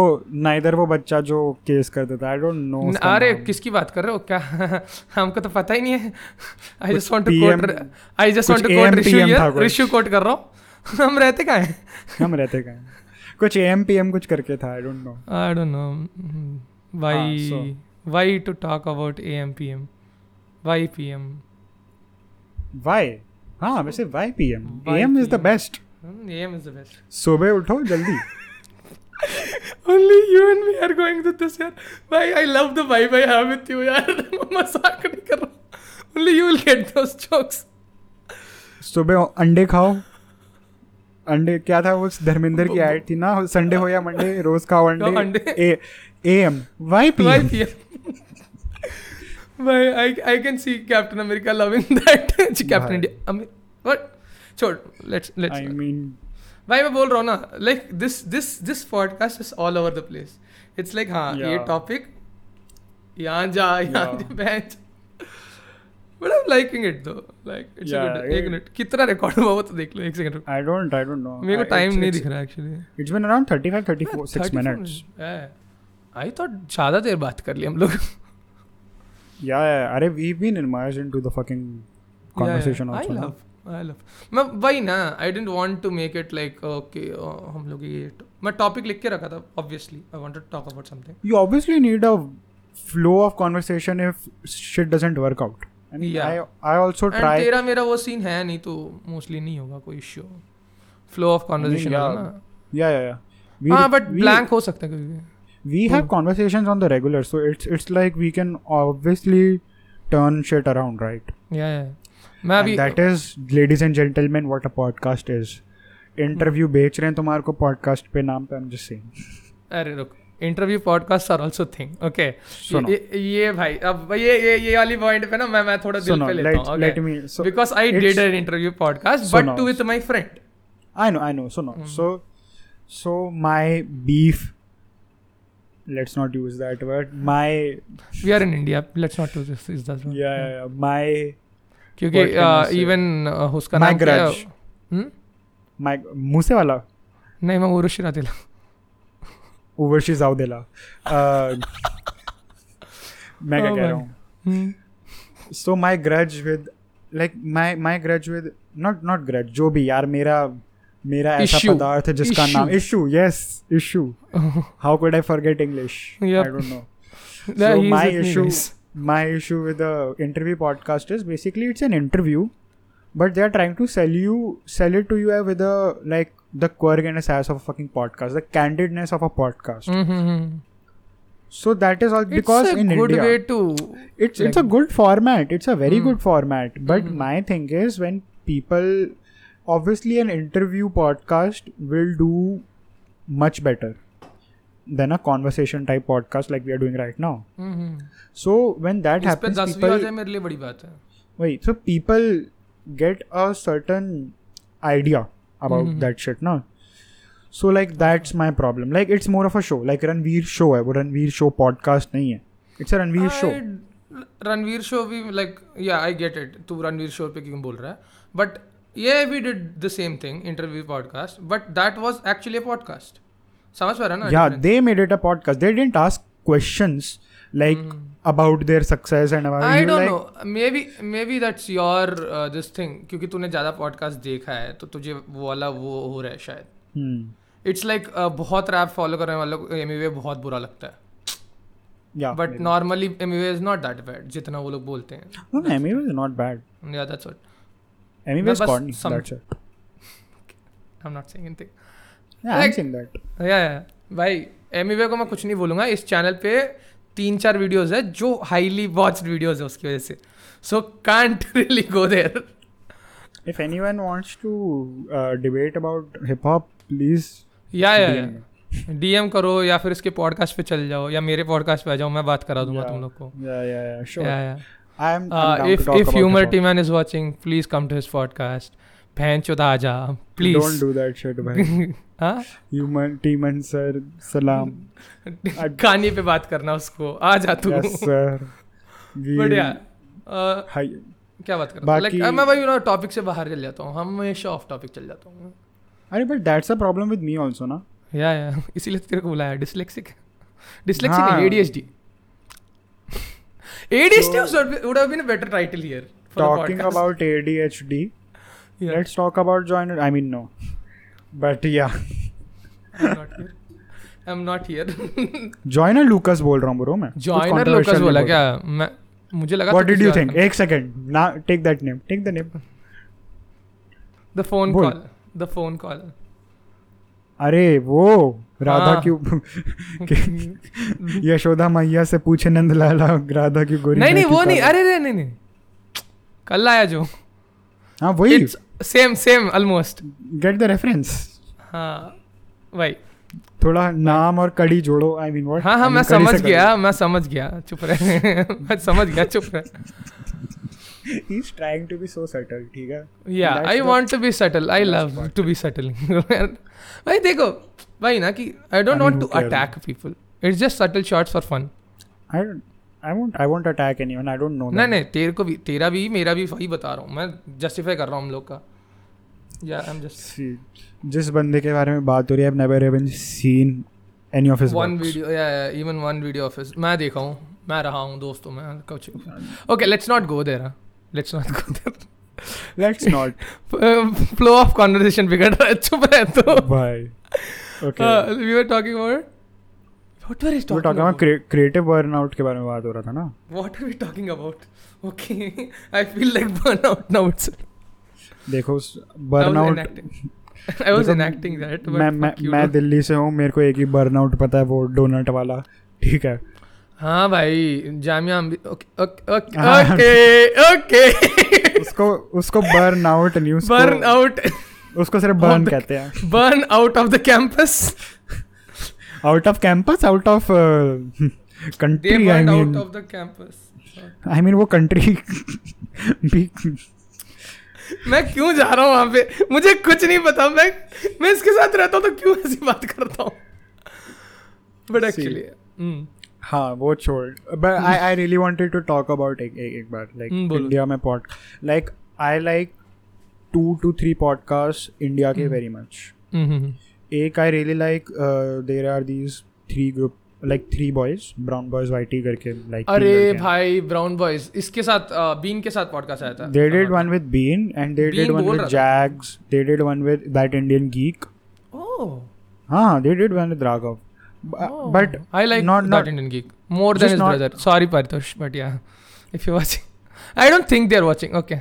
नाइदर वो बच्चा जो केस कर देता आई डोंट नो न- अरे किसकी बात कर रहे हो क्या हमको तो पता ही नहीं है I just want to PM quote I just कुछ want to quote AM Rishu था हियर कुछ। ऋषु कोट कर रहा हूँ हम रहते कहाँ हैं हम रहते कहाँ कुछ एम पी एम कुछ करके था I don't know I don't know so- why why to talk about AM PM why PM why हाँ वैसे why P M Why M is the PM? Best AM is the best सुबह उठो जल्दी only you and me are going through this यार भाई I love the vibe I have with you यार मजाक नहीं कर रहा only you will get those jokes सुबह अंडे खाओ अंडे क्या था वो धर्मेंद्र की ऐड थी ना संडे हो या मंडे रोज खाओ खाओ अंडे अंडे। A M why P Why एम PM? Why I I can see Captain America loving that Captain Why? India. Ami- what? छोड़ let's let's आई मीन भाई मैं बोल रहा हूँ ना like this this this podcast is all over the place. It's like हाँ ये Yeah. topic यहाँ जा यहाँ Yeah. जा bench. But I'm liking it though. Like it's a Yeah, good एक it- मिनट कितना record हुआ वो तो देख लो एक second I don't I don't know मेरे को टाइम नहीं दिख रहा actually it's been around 35 34 6 minutes I तो ज़्यादा देर बात कर ली हम लोग Yeah, yeah, अरे we've been immersed into the fucking conversation yeah, yeah. also. I ना? love, I love. मैं वही ना I don't want to make it like okay हम लोग ये तो, मैं टॉपिक लिख के रखा था obviously I wanted to talk about something You obviously need a flow of conversation if shit doesn't work out. I mean, Yeah. I, I also and try. तेरा मेरा वो सीन है नहीं तो मोस्टली नहीं होगा कोई issue flow of conversation yeah, ना Yeah, yeah, yeah. We, हाँ बट we, ब्लैंक हो सकता है कभी भी We Hmm. have conversations on the regular, so it's it's like we can obviously turn shit around, right? या मैं And अभी that is, ladies and gentlemen, what a podcast is. Hmm. Interview बेच रहे हैं तुम्हारे को पॉडकास्ट पे नाम पे हम जिस अरे रुक interview podcast are also thing okay सुनो। ये भाई अब ये ये ये वाली पॉइंट पे ना मैं मैं थोड़ा दिल सुनो पे लेता लेट हूँ late okay? Me so because I did it's- an interview podcast, but Suno. to with my friend. I know, I know. So no, Mm-hmm. so so my beef. Let's not use that word. My We are in India. Let's not do this. Is that yeah, yeah, yeah, my क्योंकि What can I say? Even उसका My नाम क्या है? grudge. हम्म? my मुसे वाला नहीं मैं उर्वशी रातेला उवर्शी जाउदेला uh, मैं क्या Oh कह my- रहा हूँ hmm, so my grudge with like my my grudge with not not grudge जो भी यार मेरा मेरा ऐसा Issue. पदार्थ है जिसका नाम issue yes issue hmm, how could I forget English I Yep. Don't know Yeah, so he's my with me, issue guys. my issue with the interview podcast is basically it's an interview but they are trying to sell you sell it to you with a like the quirk and a sass of a fucking podcast the candidness of a podcast hmm, hmm, hmm. so that is all because Mm. it's a in good india way to it's it's a like- Hmm. good format it's a very good format but Mhm. my thing is when people obviously an interview podcast will do much better than a conversation type podcast like we are doing right now hmm, hmm. so when that इस पे happens दसवीं आ people जाए मेरे लिए बड़ी बात है wait so people get a certain idea about Mhm. that shit now so like that's my problem like it's more of a show like ranveer show है वो ranveer show podcast नहीं है it's a ranveer show I- Ranveer show भी लाइक या आई गेट इट तू रणवीर शो पे क्यों बोल रहा है बट ये we did the same thing interview podcast but that was actually a podcast समझ पा रहा ना yeah difference? they made it a podcast they didn't ask questions like Hmm. about their success and about I you don't like no maybe maybe that's your this thing uh, क्योंकि तूने ज़्यादा पॉडकास्ट देखा है तो तुझे वो वाला वो हो रहा है शायद hmm, it's like like, uh, बहुत रैप फॉलो करने वालों को एम बहुत बुरा लगता है yeah but maybe. Normally Em is not that bad जितना वो लोग बोलते हैं no no Emmy was not bad या that's what Emmy No, was but corny some- that's it I am not saying anything yeah I'm Like- saying that या भाई एम को मैं कुछ नहीं बोलूंगा इस चैनल पे तीन चार वीडियोस है जो हाईली वॉच्ड वीडियोस है उसकी वजह से so can't really go there if anyone wants to uh, debate about hip hop please या DM me. डीएम करो या फिर इसके पॉडकास्ट पे चल जाओ या मेरे पॉडकास्ट पे आ जाओ मैं बात करा दूंगा Yeah. तुम लोग को yeah yeah yeah sure या या I'm, I'm down to Uh, if talk if about humor hip-hop. team man is watching please come to his podcast बहन चोदा आ जा don't please do that shit bhai हाँ human team and sir salam गाने पे बात करना उसको आ जा तू yes sir we, बट या क्या hi बात कर रहा बाकी- लाइक मैं भाई ना टॉपिक से बाहर चल जाता हूँ हमेशा ऑफ टॉपिक चल जाता हूँ अरे but that's a problem with me also ना या या इसीलिए तो तेरे को बुलाया डिस्लेक्सिक डिस्लेक्सिक हाँ। नहीं ADHD ADHD So- would have been a better title here talking about ADHD let's talk about Joyner I mean no but या I am not here Joyner Lucas बोल रहा हूँ ब्रो मैं कुछ जॉइनर controversial लोकस नहीं बोला बोल क्या मैं मुझे लगा रहा व्हाट डिड यू थिंक एक सेकंड ना take that name take the name the phone बोल। कॉल द फोन कॉल अरे वो राधा हाँ। क्यों यशोदा मैया से पूछे नंदलाल राधा की गोरी नहीं मैं नहीं क्यों वो काली? नहीं अरे अरे, नहीं नहीं कल आया जो हाँ वही it's same same almost get the reference हाँ भाई थोड़ा नाम और कड़ी जोड़ो आई मीन व्हाट हाँ हाँ मैं समझ गया मैं समझ गया चुप रहे मैं समझ गया चुप रहे he is trying to be so subtle ठीक है या That's I the- want to be subtle I That's love what- to be subtle भाई देखो भाई ना कि I I don't mean, want to who cares? Attack people it's just subtle shots for fun I don't. I won't. I won't attack anyone. I don't know. नहीं them. नहीं तेरे को भी तेरा भी मेरा भी वही बता रहा हूँ मैं जस्टिफाई कर रहा हूँ हम लोग का या आई एम जस्ट See, जिस बंदे के बारे में बात हो रही है, I've never even seen any of his one works. Video या इवन वन वीडियो ऑफिस मैं देखा हूँ मैं रहा हूँ दोस्तों मैं कुछ okay let's not go there let's not go Let's not. There flow of conversation बिगड़ रहा है चुप रहे तो हाँ, Bye. Okay. We are talking about what were is वो talking about talking creative burnout के बारे में बात हो रहा था ना what are we talking about okay I feel like burnout now it's देखो बर्नआउट आई वाज देखो, एनएक्टिंग दैट मैं मैं मैं दिल्ली से हूँ मेरे को एक ही बर्नआउट पता है वो डोनट वाला ठीक है हाँ भाई जामिया अम्बी ओके ओके हाँ। ओके उसको उसको बर्नआउट नहीं उसको बर्न आउट उसको सिर्फ Out बर्न the- कहते हैं burn out of the campus out of campus out of uh, the country I burn mean out of the campus I mean वो कंट्री भी मैं क्यों जा रहा हूँ वहाँ पे मुझे कुछ नहीं पता मैं मैं इसके साथ रहता हूँ तो क्यों ऐसी बात करता हूँ हम्म, बट See. एक्चुअली हाँ वो छोड़ but I I really wanted to talk about एक एक एक बार लाइक हम्म, बोलो। इंडिया में pod like I like two two three podcast India hmm. के वेरी मच एक I really like there are these three group like three boys brown boys whitey करके लाइक अरे भाई ब्राउन बॉयज इसके साथ अ, बीन के साथ पॉडकास्ट आया था they did one with Bean and they did Bean one बोल विद रहा था। Jags they did one with that Indian geek oh हाँ they did one with Raghav Oh, but I like not- not not- not Indian geek more than just his not- brother sorry Paritosh but yeah if you watching I don't think they are watching okay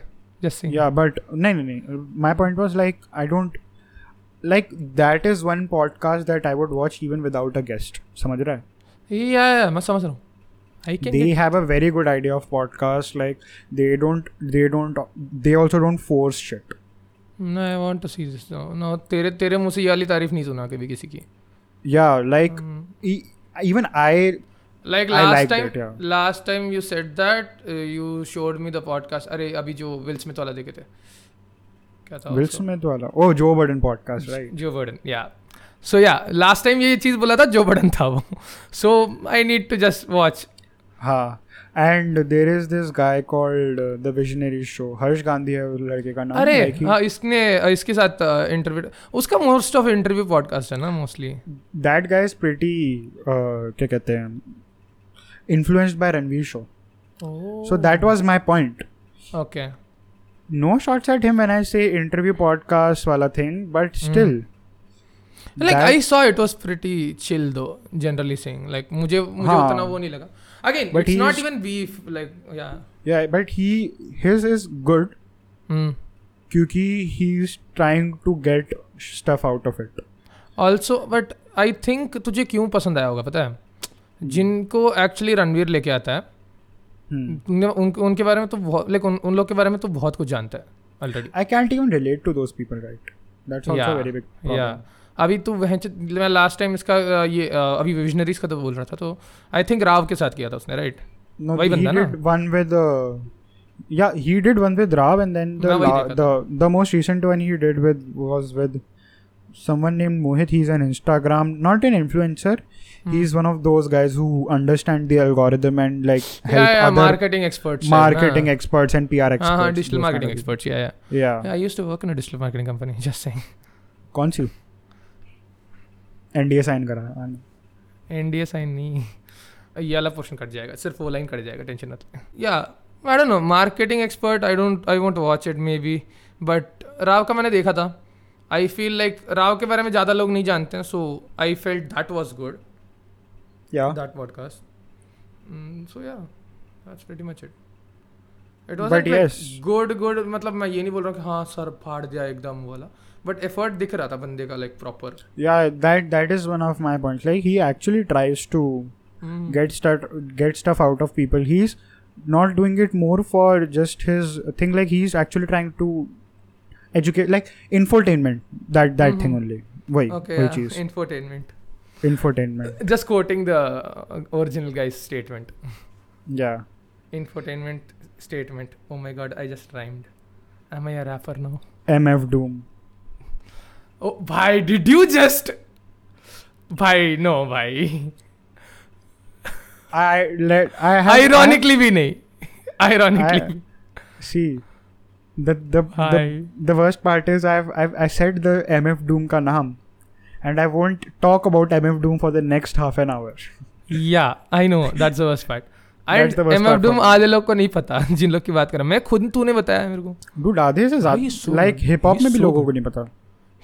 just sing yeah but no no no my point was like i don't like that is one podcast that i would watch even without a guest samajh raha hai? या या मैं समझ रहा हूँ I can they have a very good idea of podcast like they don't they don't they also don't force shit no I want to see this no तेरे तेरे मुंह से ये वाली तारीफ नहीं सुना कभी किसी की yeah like Hmm. e- even i like I last liked time it, yeah. last time you said that uh, you showed me the podcast अरे अभी जो विल स्मिथ वाला देखे थे क्या था will smith wala oh joe biden podcast right Joe Biden या सो या लास्ट टाइम ये चीज बोला था जो बर्डन था वो so I need to just watch ha and there is this guy called uh, the visionary show harsh gandhi hai उस लड़के का नाम अरे like he- हाँ इसने इसके साथ इंटरव्यू उसका मोस्ट ऑफ इंटरव्यू पॉडकास्ट है ना mostly that guy is pretty uh, क्या कहते हैं influenced by Ranveer show Oh. so that was my point okay no shots at him when i say interview podcast wala thing but Hmm. still like that- I saw it was pretty chill though generally saying like मुझे मुझे हाँ। उतना वो नहीं लगा Again, But it's he not is- even beef. Like, yeah. yeah but he his is good Mm. क्योंकि he is trying to get stuff out of it also but I think तुझे क्यों पसंद आया होगा पता है जिनको एक्चुअली रणवीर लेके आता है Hmm. उनके उनके- उनके बारे में तो बहुत लाइक उन, उन लोग के बारे में तो बहुत कुछ जानता है already I can't even relate to those people right that's Yeah. Also very big yeah अभी तो वह मैं लास्ट टाइम इसका अ, ये अ, अभी विजनरीज का तो बोल रहा था तो आई थिंक राव के साथ किया था उसने राइट No, वही he बंदा ना? did one with uh, yeah, he did one with Rav, and then the मैं वही la- देखा the the most recent one he did with was with someone named Mohit. He's an Instagram, not an influencer. Hmm. He's one of those guys who understand the algorithm and like help other marketing expert marketing experts and PR experts. हाँ हाँ digital those marketing kind of expert या people. Yeah, I used to work in a digital marketing company just saying कौन सी? NDA sign करा है, हाँ। एनडीए साइन नहीं ये वाला पोर्शन कट जाएगा सिर्फ वो लाइन कट जाएगा टेंशन मत या I don't know marketing expert I don't I want watch it maybe but Rao का मैंने देखा था आई फील लाइक राव के बारे में ज़्यादा लोग नहीं जानते हैं so I felt that was good Yeah, that podcast. Mm, so yeah, that's pretty much it. But It wasn't like yes. good good मतलब मैं ये नहीं बोल रहा हूँ कि हाँ सर फाड़ दिया एकदम वाला बट एफर्ट दिख रहा था बंदे का like proper yeah. That that is one of my points. Like he actually tries to Hmm. Mm, get start get stuff out of people he's not doing it more for just his thing like he's actually trying to educate like infotainment that that thing Mhm. only why okay why cheese infotainment infotainment just quoting the original guys statement yeah infotainment statement oh my God I just rhymed am I a rapper now mf doom oh भाई डिड यू जस्ट भाई नो भाई i let i have ironically भी नहीं ironically I- see the the, the Hi. the worst part is i've i've i said the mf doom ka naam and i won't talk about mf doom for the next half an hour yeah I know that's the worst part That's and the worst M part Doom for me. आधे लोग को नहीं पता जिन लोग की बात कर रहा हूं। मैं खुद तूने बताया मेरे को dude आधे से He is so ज्यादा like good. hip hop He is में भी so लोगों good. को नहीं पता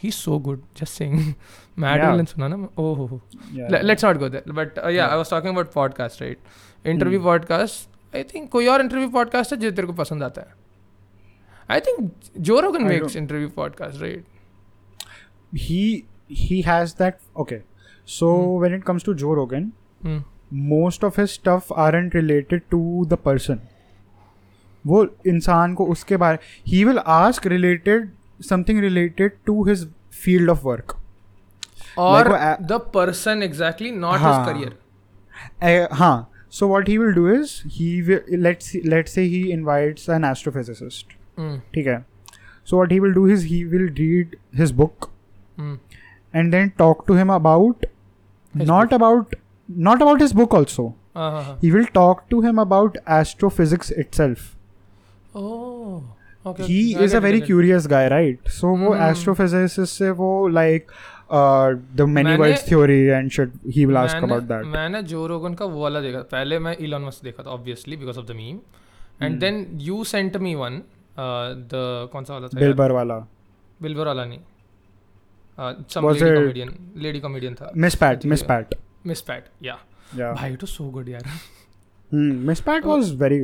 ही so good just saying Madeline सुना ना ओ हो हो Yeah. Let's not go there but या I was talking about podcast right Hmm. Interview podcast I think कोई और इंटरव्यू पॉडकास्ट है जो तेरे को पसंद आता है I think Joe Rogan I makes don't- interview podcast right he he has that okay so when it comes to joe rogan Hmm. most of his stuff aren't related to the person वो इंसान को उसके बारे ही will ask related something related to his field of work और वो a- the person exactly not his uh, हाँ. करियर हाँ so what he will do is he let's let's say he invites an astrophysicist Hmm, ठीक है so what he will do is he will read his book hmm. And then talk to him about His not about not about his book also हाँ हाँ हाँ he will talk to him about astrophysics itself oh okay he is a very curious guy right so वो Hmm. astrophysicist से वो like uh, the many मैंने- worlds theory and shit he will ask मैंने- about that मैंने जो रोगन का वो वाला देखा पहले मैं इलॉन मस्क देखा था obviously because of the meme and Hmm. Then you sent me one the uh, कौन सा वाला था बिल बर वाला बिल्बर वाला नहीं Was some lady it- comedian lady comedian था miss pat miss pat Miss Pat yeah yeah भाई इट वाज सो गुड यार hmm. miss pat was very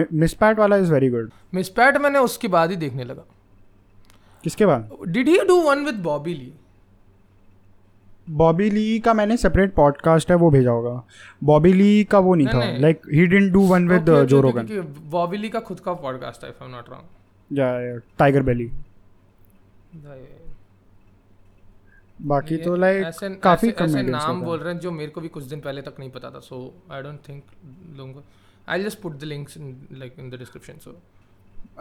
Mi- miss pat वाला is very good Miss Pat मैंने उसके बाद ही देखने लगा किसके बाद did he do one with Bobby Lee Bobby Lee का मैंने सेपरेट पॉडकास्ट है वो भेजा होगा बॉबी ली का वो नहीं नहीं, था नहीं। Like he didn't do one with Joe Rogan Bobby Lee का खुद का पॉडकास्ट है if I am not yeah Tiger Belly wrong बाकी ये तो लाइक ऐसे काफी ऐसे- ऐसे comedians नाम होते बोल रहे हैं जो मेरे को भी कुछ दिन पहले तक नहीं पता था सो आई डोंट थिंक लोगों को I just put the links in like in the description so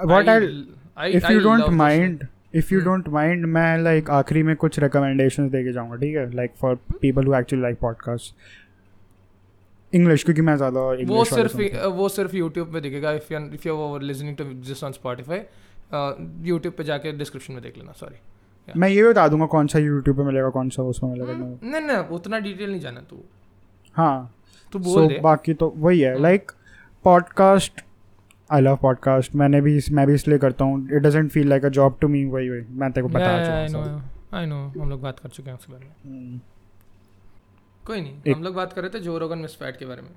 what I if you don't mind if you Hmm. Don't mind मैं लाइक आखिरी में कुछ रिकमेंडेशन दे के जाऊंगा ठीक है like for people who actually like podcast English क्योंकि मैं ज्यादा वो इंग्लिश सिर्फ वो सिर्फ YouTube पे दिखेगा if you if you are listening to this on Spotify YouTube पे जाके डिस्क्रिप्शन में देख लेना सॉरी मैं ये बता दूंगा कौन सा यूट्यूब पे मिलेगा कौन सा उसमें मिलेगा मैं नहीं नहीं उतना डिटेल नहीं जाना तू हाँ तू सो बोल दे बाकी तो वही है Hmm. Like podcast I love podcast मैंने भी इस- मैं भी इसलिए करता हूँ it doesn't feel like a job to me वही वही मैं तेरे को बता आई नो चुका हूँ आई नो हम लोग बात कर चुके हैं उसके बारे में Hmm. कोई नहीं एक- हम लोग बात कर रहे थे जो रोगन मिस फैट के बारे में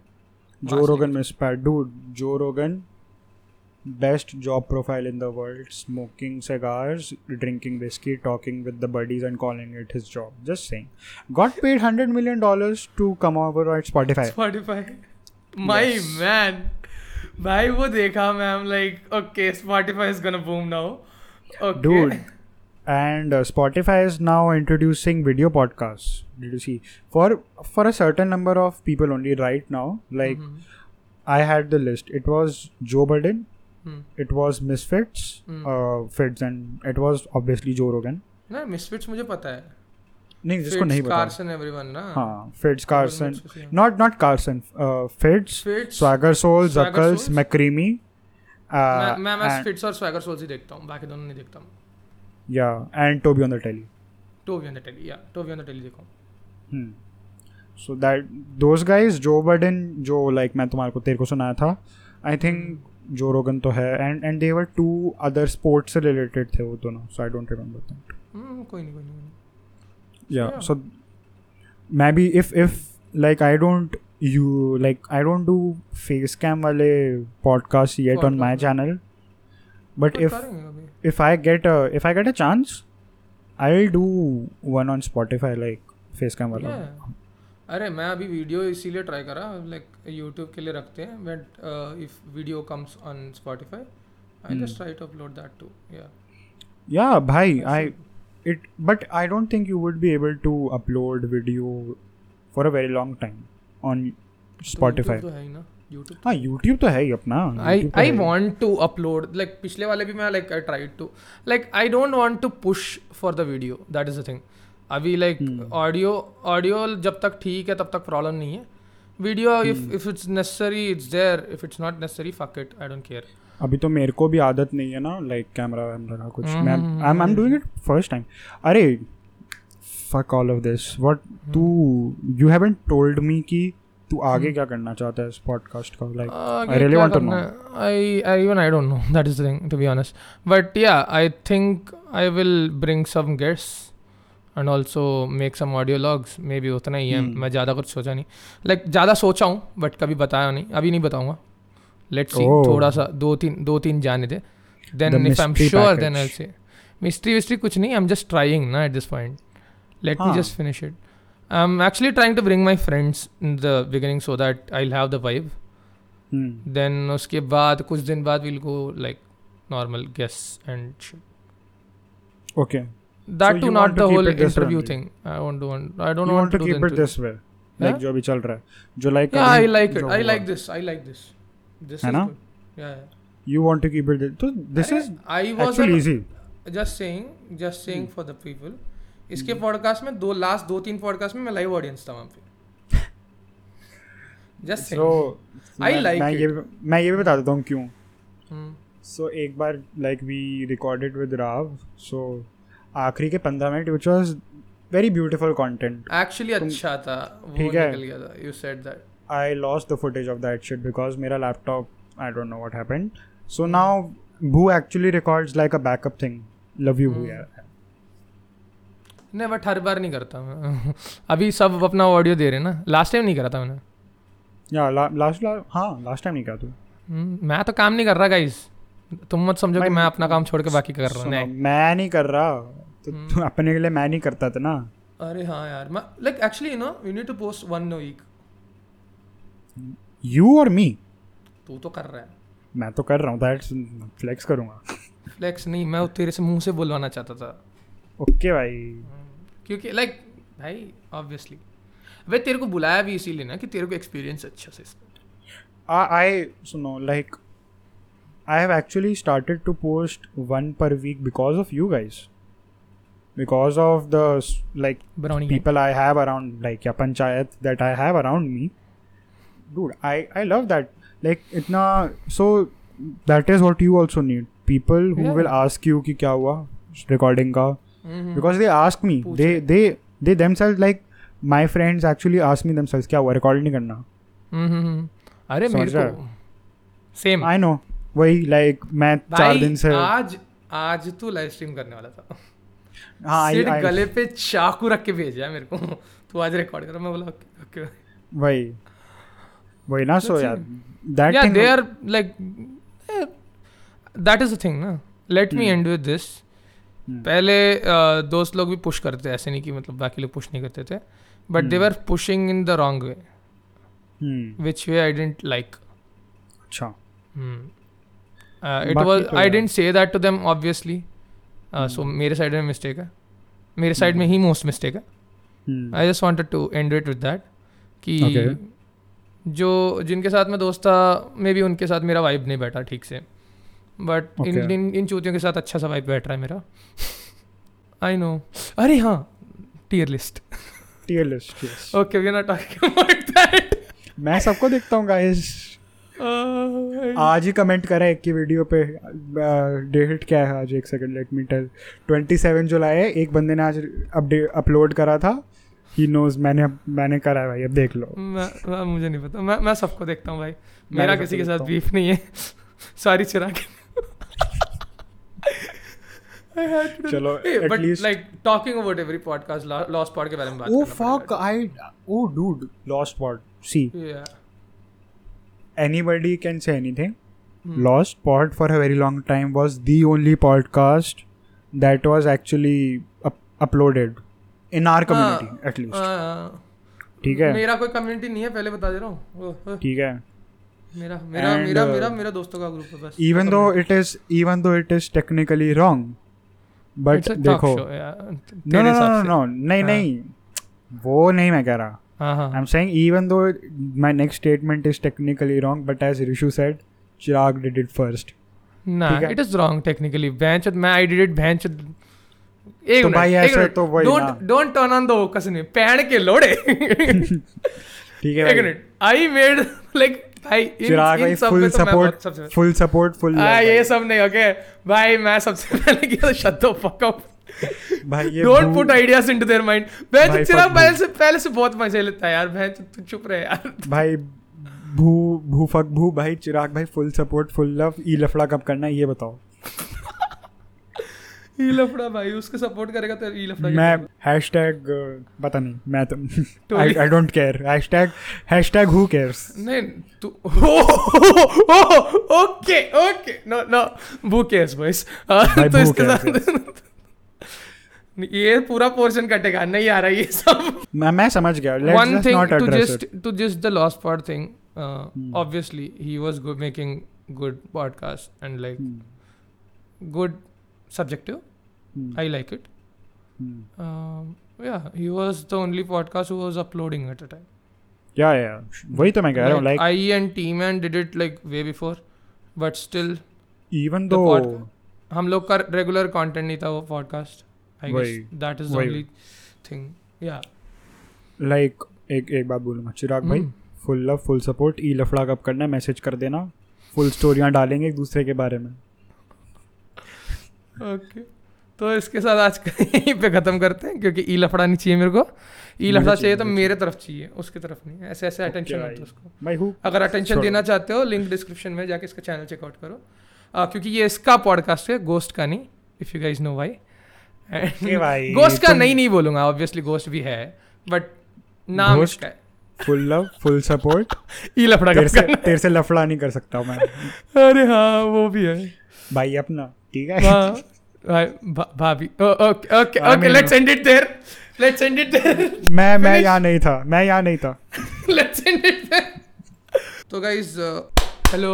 Joe Rogan mispat. Dude, Joe Rogan, best job profile in the world. Smoking cigars, drinking whiskey, talking with the buddies, and calling it his job. Just saying. Got paid $100 million to come over at Spotify. Spotify my man भाई वो देखा meme like okay Spotify is gonna boom now okay Dude. And uh, Spotify is now introducing video podcasts. Did you see? For for a certain number of people only right now. Like I had the list. It was Joe Budden, hmm. it was Misfits, Hmm. uh, Fits, and it was obviously Joe Rogan. ना मिसफिट्स मुझे पता है नहीं जिसको नहीं पता कार्सन एवरीवन ना हाँ Fits Carson Misfits, yeah. Not not Carson Fits Fits Swagger Soul Swagger jackals Souls? McCreamy uh, मैं मैं बस फिट्स और स्वैगर सोल्स ही देखता हूं बाकी दोनों नहीं देखता हूं yeah and Toby on the Telly Toby on the Telly yeah Toby on the Telly देखा हूं Hmm. So that those guys Joe burden जो लाइक मैं तुम्हारे को तेरे को सुनाया था I think Hmm। Joe Rogan तो है and and they were two other sports से रिलेटेड थे वो दोनों so I don't remember that hmm, कोई नहीं कोई नहीं, कोई नहीं yeah Yeah. so maybe if if like i don't you like i don't do face cam wale podcast yet on my Podcast. channel but पर if करेंगे अभी if i get a if i get a chance i'll do one on spotify like face cam wala Yeah. अरे मैं अभी वीडियो इसीलिए ट्राई करा लाइक यूट्यूब के लिए रखते हैं uh, but if video comes on Spotify I Hmm. Just try to upload that too yeah yeah bhai i it but i don't think you would be able to upload video for a very long time on spotify तो है ही ना यूट्यूब हाँ youtube तो है ही अपना आई YouTube तो आई है ही। वांट टू अपलोड लाइक पिछले वाले भी मैं like I try to like I don't want to push for the video that is the thing अभी लाइक ऑडियो ऑडियो जब तक ठीक है तब तक प्रॉब्लम नहीं है video if if it's necessary it's there if it's not necessary fuck it I don't care अभी तो मेरे को भी आदत नहीं है ना लाइक कैमरा वैमरा का कुछ मैं I am doing it first time अरे fuck all of this what तू यू हैवंट टोल्ड मी कि तू आगे क्या करना चाहता है इस पॉडकास्ट का like Uh, I really want to know. I, I even I don't know. That is the thing, to be honest. But yeah, I think I will bring some guests and also make some audio logs. Maybe उतना ही है मैं ज़्यादा कुछ सोचा नहीं like ज़्यादा सोचा हूँ but कभी बताया नहीं अभी नहीं बताऊँगा let's see Oh. थोड़ा सा दो तीन दो तीन जाने दे then The if I'm mystery sure then package. I'll say mystery mystery कुछ नहीं I'm just trying ना at this point let me हाँ. just finish it I'm actually trying to bring my friends in the beginning so that I'll have the vibe हम्म। देन उसके बाद कुछ दिन बाद will go like normal guess and okay that you to not want the to keep whole it this interview only? Thing I don't want I you don't want want to to keep it this way like Yeah? जो अभी चल रहा है जो लाइक या I like it I like this I like this this है इज ना? Good yeah you want to keep it तो this is I was actually easy just saying just saying Hmm. For the people इसके पॉडकास्ट में दो लास्ट दो तीन पॉडकास्ट में मैं लाइव ऑडियंस था वहां पे just so saying I like मैं it. ये भी- मैं ये भी बता देता हूँ क्यों हम्म, सो एक बार like we recorded with Rao so आखिरी के पंद्रह मिनट which was very beautiful content actually अच्छा था वो ठीक है। निकल गया था you said that I lost the footage of that shit because मेरा laptop I don't know what happen so Hmm. Now भू actually records like a backup thing love you भू Hmm. यार नहीं बट हर बार नहीं करता मैं अभी सब अपना ऑडियो दे रहे हैं ना लास्ट टाइम नहीं करा था मैंने या लास्ट हाँ लास्ट टाइम नहीं कहा तू हम्म, मैं तो काम नहीं कर रहा गाइस तुम मत समझो कि मैं अपना काम छोड़ के बाकी का कर रहा हूँ सुनो, नहीं मैं नहीं कर रहा तो Hmm. तू अपने के लिए मैं नहीं करता था ना अरे हाँ यार मैं like actually you know you need to post one week you और मी तू तो कर रहा है मैं तो कर रहा हूँ दैट फ्लेक्स करूँगा फ्लेक्स नहीं मैं तेरे से मुंह से बुलवाना चाहता था ओके भाई क्योंकि लाइक भाई ऑब्वियसली वे तेरे को बुलाया भी इसीलिए ना कि तेरे को एक्सपीरियंस अच्छा से इसका। I, I so no like I have actually started to post one per week because of you guys because of the s- like brownie है। people I have around like yeah, panchayat that I have around me dude I I love that like itna so that is what you also need people who Yeah. will ask you ki kya hua recording ka hmm, because they ask me पूछ they they they themselves like my friends actually ask me themselves क्या हुआ रिकॉर्ड नहीं करना हम्म, हम्म, हम्म। अरे समझ मेरे रहा को सेम आई नो वही लाइक मैं चार दिन से हाँ आज आज तू लाइव स्ट्रीम करने वाला था आई हाँ, सिर्फ गले आई पे चाकू रख के भेजा है मेरे को तू आज रिकॉर्ड करो मैं बोला ओके ओके वही वही ना so That's yeah it. that yeah thing they are like eh, that is the thing ना let me Hmm. end with this Hmm. पहले uh, दोस्त लोग भी पुश करते ऐसे नहीं कि मतलब बाकी लोग पुश नहीं करते थे but they Hmm. Were pushing in the wrong way Hmm, which way I didn't like अच्छा Hmm. इट बाकी वॉज तो आई यार- didn't say that to them obviously Hmm. So Uh, मेरे साइड में मिस्टेक है मेरे साइड में ही मोस्ट मिस्टेक है Hmm, I just wanted to end it with that कि Okay. जो जिनके साथ मैं दोस्त था मे बी उनके साथ मेरा वाइब नहीं बैठा ठीक से but in Okay. In in चूतियों के साथ अच्छा सा वाइब बैठ रहा है मेरा आई नो अरे हाँ tier list tier list yes okay we are not talking about that मैं सबको देखता हूँ गाइस आज ही कमेंट करा एक की वीडियो पे डेट क्या है आज एक सेकंड लेट मी टेल 27 जुलाई है एक बंदे ने आज अपडेट अपलोड करा था ही नोज मैंने मैंने करा है भाई अब देख लो मैं मैं- मुझे नहीं पता मैं मैं सबको देखता हूँ भाई भी मेरा सबको किसी के देखता साथ हूँ। बीफ नहीं है सारी चिरा के चलो, at but least- Oh, like talking about every podcast lost pod के बारे में बात ओ करना fuck I oh dude lost pod सी पड़ेगा। Yeah. anybody can say anything. Hmm. Lost Pod for a very long time was the only podcast that was actually up- uploaded in Ah. our community, at least. हाँ, ठीक है मेरा कोई कम्युनिटी नहीं है पहले बता दे रहा हूँ ओह, ओह, ठीक है मेरा मेरा And, मेरा uh, मेरा मेरा दोस्तों का ग्रुप है बस even though it is even though it is technically wrong but देखो नो नो नो नो नहीं हाँ। नहीं वो नहीं मैं कह रहा हाँ आई एम हाँ saying even though my next statement is technically wrong but as Rishu said Chirag did it first ना ठीक है। इट इज रॉन्ग टेक्निकली बेंच मैं आई डिड इट बेंच एक तो मिनट भाई एक ऐसे मिनट तो वही ना। Don't don't turn on the ओकस ने पैण के लोड़े एक ठीक है भाई? मिनट आई मेड लाइक भाई इन चिराग इन भाई सब फुल में तो मैं बहुत सबसे हाँ, सपोर्ट फुल सपोर्ट फुल आ, ये सब नहीं ओके भाई मैं सबसे पहले किया था शट द फक अप भाई ये डोंट भू- put ideas into their mind बेंच भाई, चिराग fuck पहले you. से पहले से बहुत मजे लेता है यार बेंच तू चुप रहे यार भाई भू भू फक भू भाई चिराग भाई फुल सपोर्ट फुल लव ई लफड़ा कब करना है ये बताओ ई लफड़ा भाई उसके सपोर्ट करेगा तो ई लफड़ा मैं हैश टैग पता नहीं मैं तो Totally. I don't care hashtag hashtag who cares नहीं तू okay okay no no book case boys भाई, तो who इसके cares, साथ ये पूरा पोर्शन कटेगा नहीं आ रहा ये सब मैं मैं समझ गया let's one just thing not to address just to just the lost part uh, Hmm. Thing obviously he was good making good podcast and like Hmm. Good subjective hmm, I like it Um, yeah he was the only podcast who was uploading at a time या या वही तो मैं कह रहा हूँ like like i and team and did it like way before but still even the दो podcast. हम लोग का रेगुलर कंटेंट नहीं था वो पॉडकास्ट आई गेस वही, दैट इज द वही। ओनली थिंग या लाइक एक एक बात बोलूंगा चिराग भाई हम्म। फुल लव फुल सपोर्ट ई लफड़ा कब करना है मैसेज कर देना फुल स्टोरियाँ डालेंगे एक दूसरे के बारे में ओके तो इसके साथ आज का यहीं पे ख़त्म करते हैं क्योंकि ई लफड़ा नहीं चाहिए मेरे को ई मुझे लफड़ा चाहिए चाहिए, तो मुझे मेरे तरफ चाहिए उसकी तरफ नहीं ऐसे ऐसे Okay, अटेंशन मत भाई। दो उसको भाई हु अगर अटेंशन छोड़ो। देना चाहते हो लिंक डिस्क्रिप्शन में जाके इसका चैनल चेकआउट करो अ, क्योंकि ये इसका पॉडकास्ट है गोस्ट का नहीं if you guys know why a भाई, तो- गोस्ट का तुम- नहीं नहीं बोलूंगा ऑब्वियसली गोस्ट भी है बट नाम Ghost? इसका है फुल लव फुल सपोर्ट ई लफड़ा तेरे से करना। तेरे से लफड़ा नहीं कर सकता हूं मैं अरे हाँ वो भी है भाई अपना ठीक है हाँ, भाई, भा- भाभी ओ- okay okay I okay mean- let's end it there let's end it there मैं मैं Finish. यहाँ नहीं था मैं यहाँ नहीं था लेट्स एंड इट देयर तो गाइस हेलो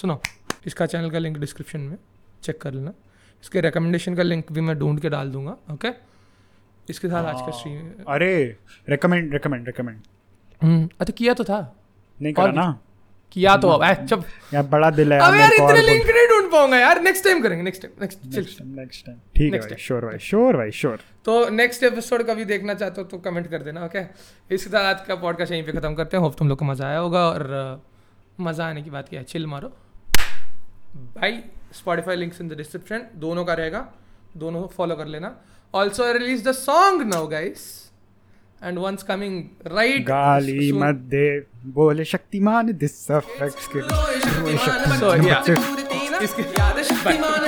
सुनो इसका चैनल का लिंक डिस्क्रिप्शन में चेक कर लेना इसके रिकमेंडेशन का लिंक भी मैं ढूंढ के डाल दूंगा ओके इसके साथ आज का हाँ। स्ट्रीम अरे रिकमेंड रिकमेंड रिकमेंड अच्छा किया तो था नहीं और करा ना किया तो अब अच्छा यार बड़ा दिल है अब हम्म। यार यार मेरे को इतने और लिंक नहीं ढूंढ पाऊंगा यार नेक्स्ट टाइम करेंगे नेक्स्ट टाइम नेक्स्ट चल नेक्स्ट टाइम नेक्स्ट टाइम ठीक है Next भाई time. श्योर भाई श्योर भाई श्योर तो नेक्स्ट एपिसोड का भी देखना चाहते हो तो कमेंट कर देना ओके इसके साथ आज का पॉडकास्ट यहीं पे खत्म करते हैं होप तुम लोग को मजा आया होगा और अ, मजा आने की बात क्या है चिल मारो bye Spotify links in the description दोनों का रहेगा दोनों फॉलो कर लेना also release the song now guys and once coming right गाली मत दे बोले शक्तिमान दिस अफेक्ट्स के शक्तिमान So, yeah. बनते मूर्ति ना, याद शक्तिमान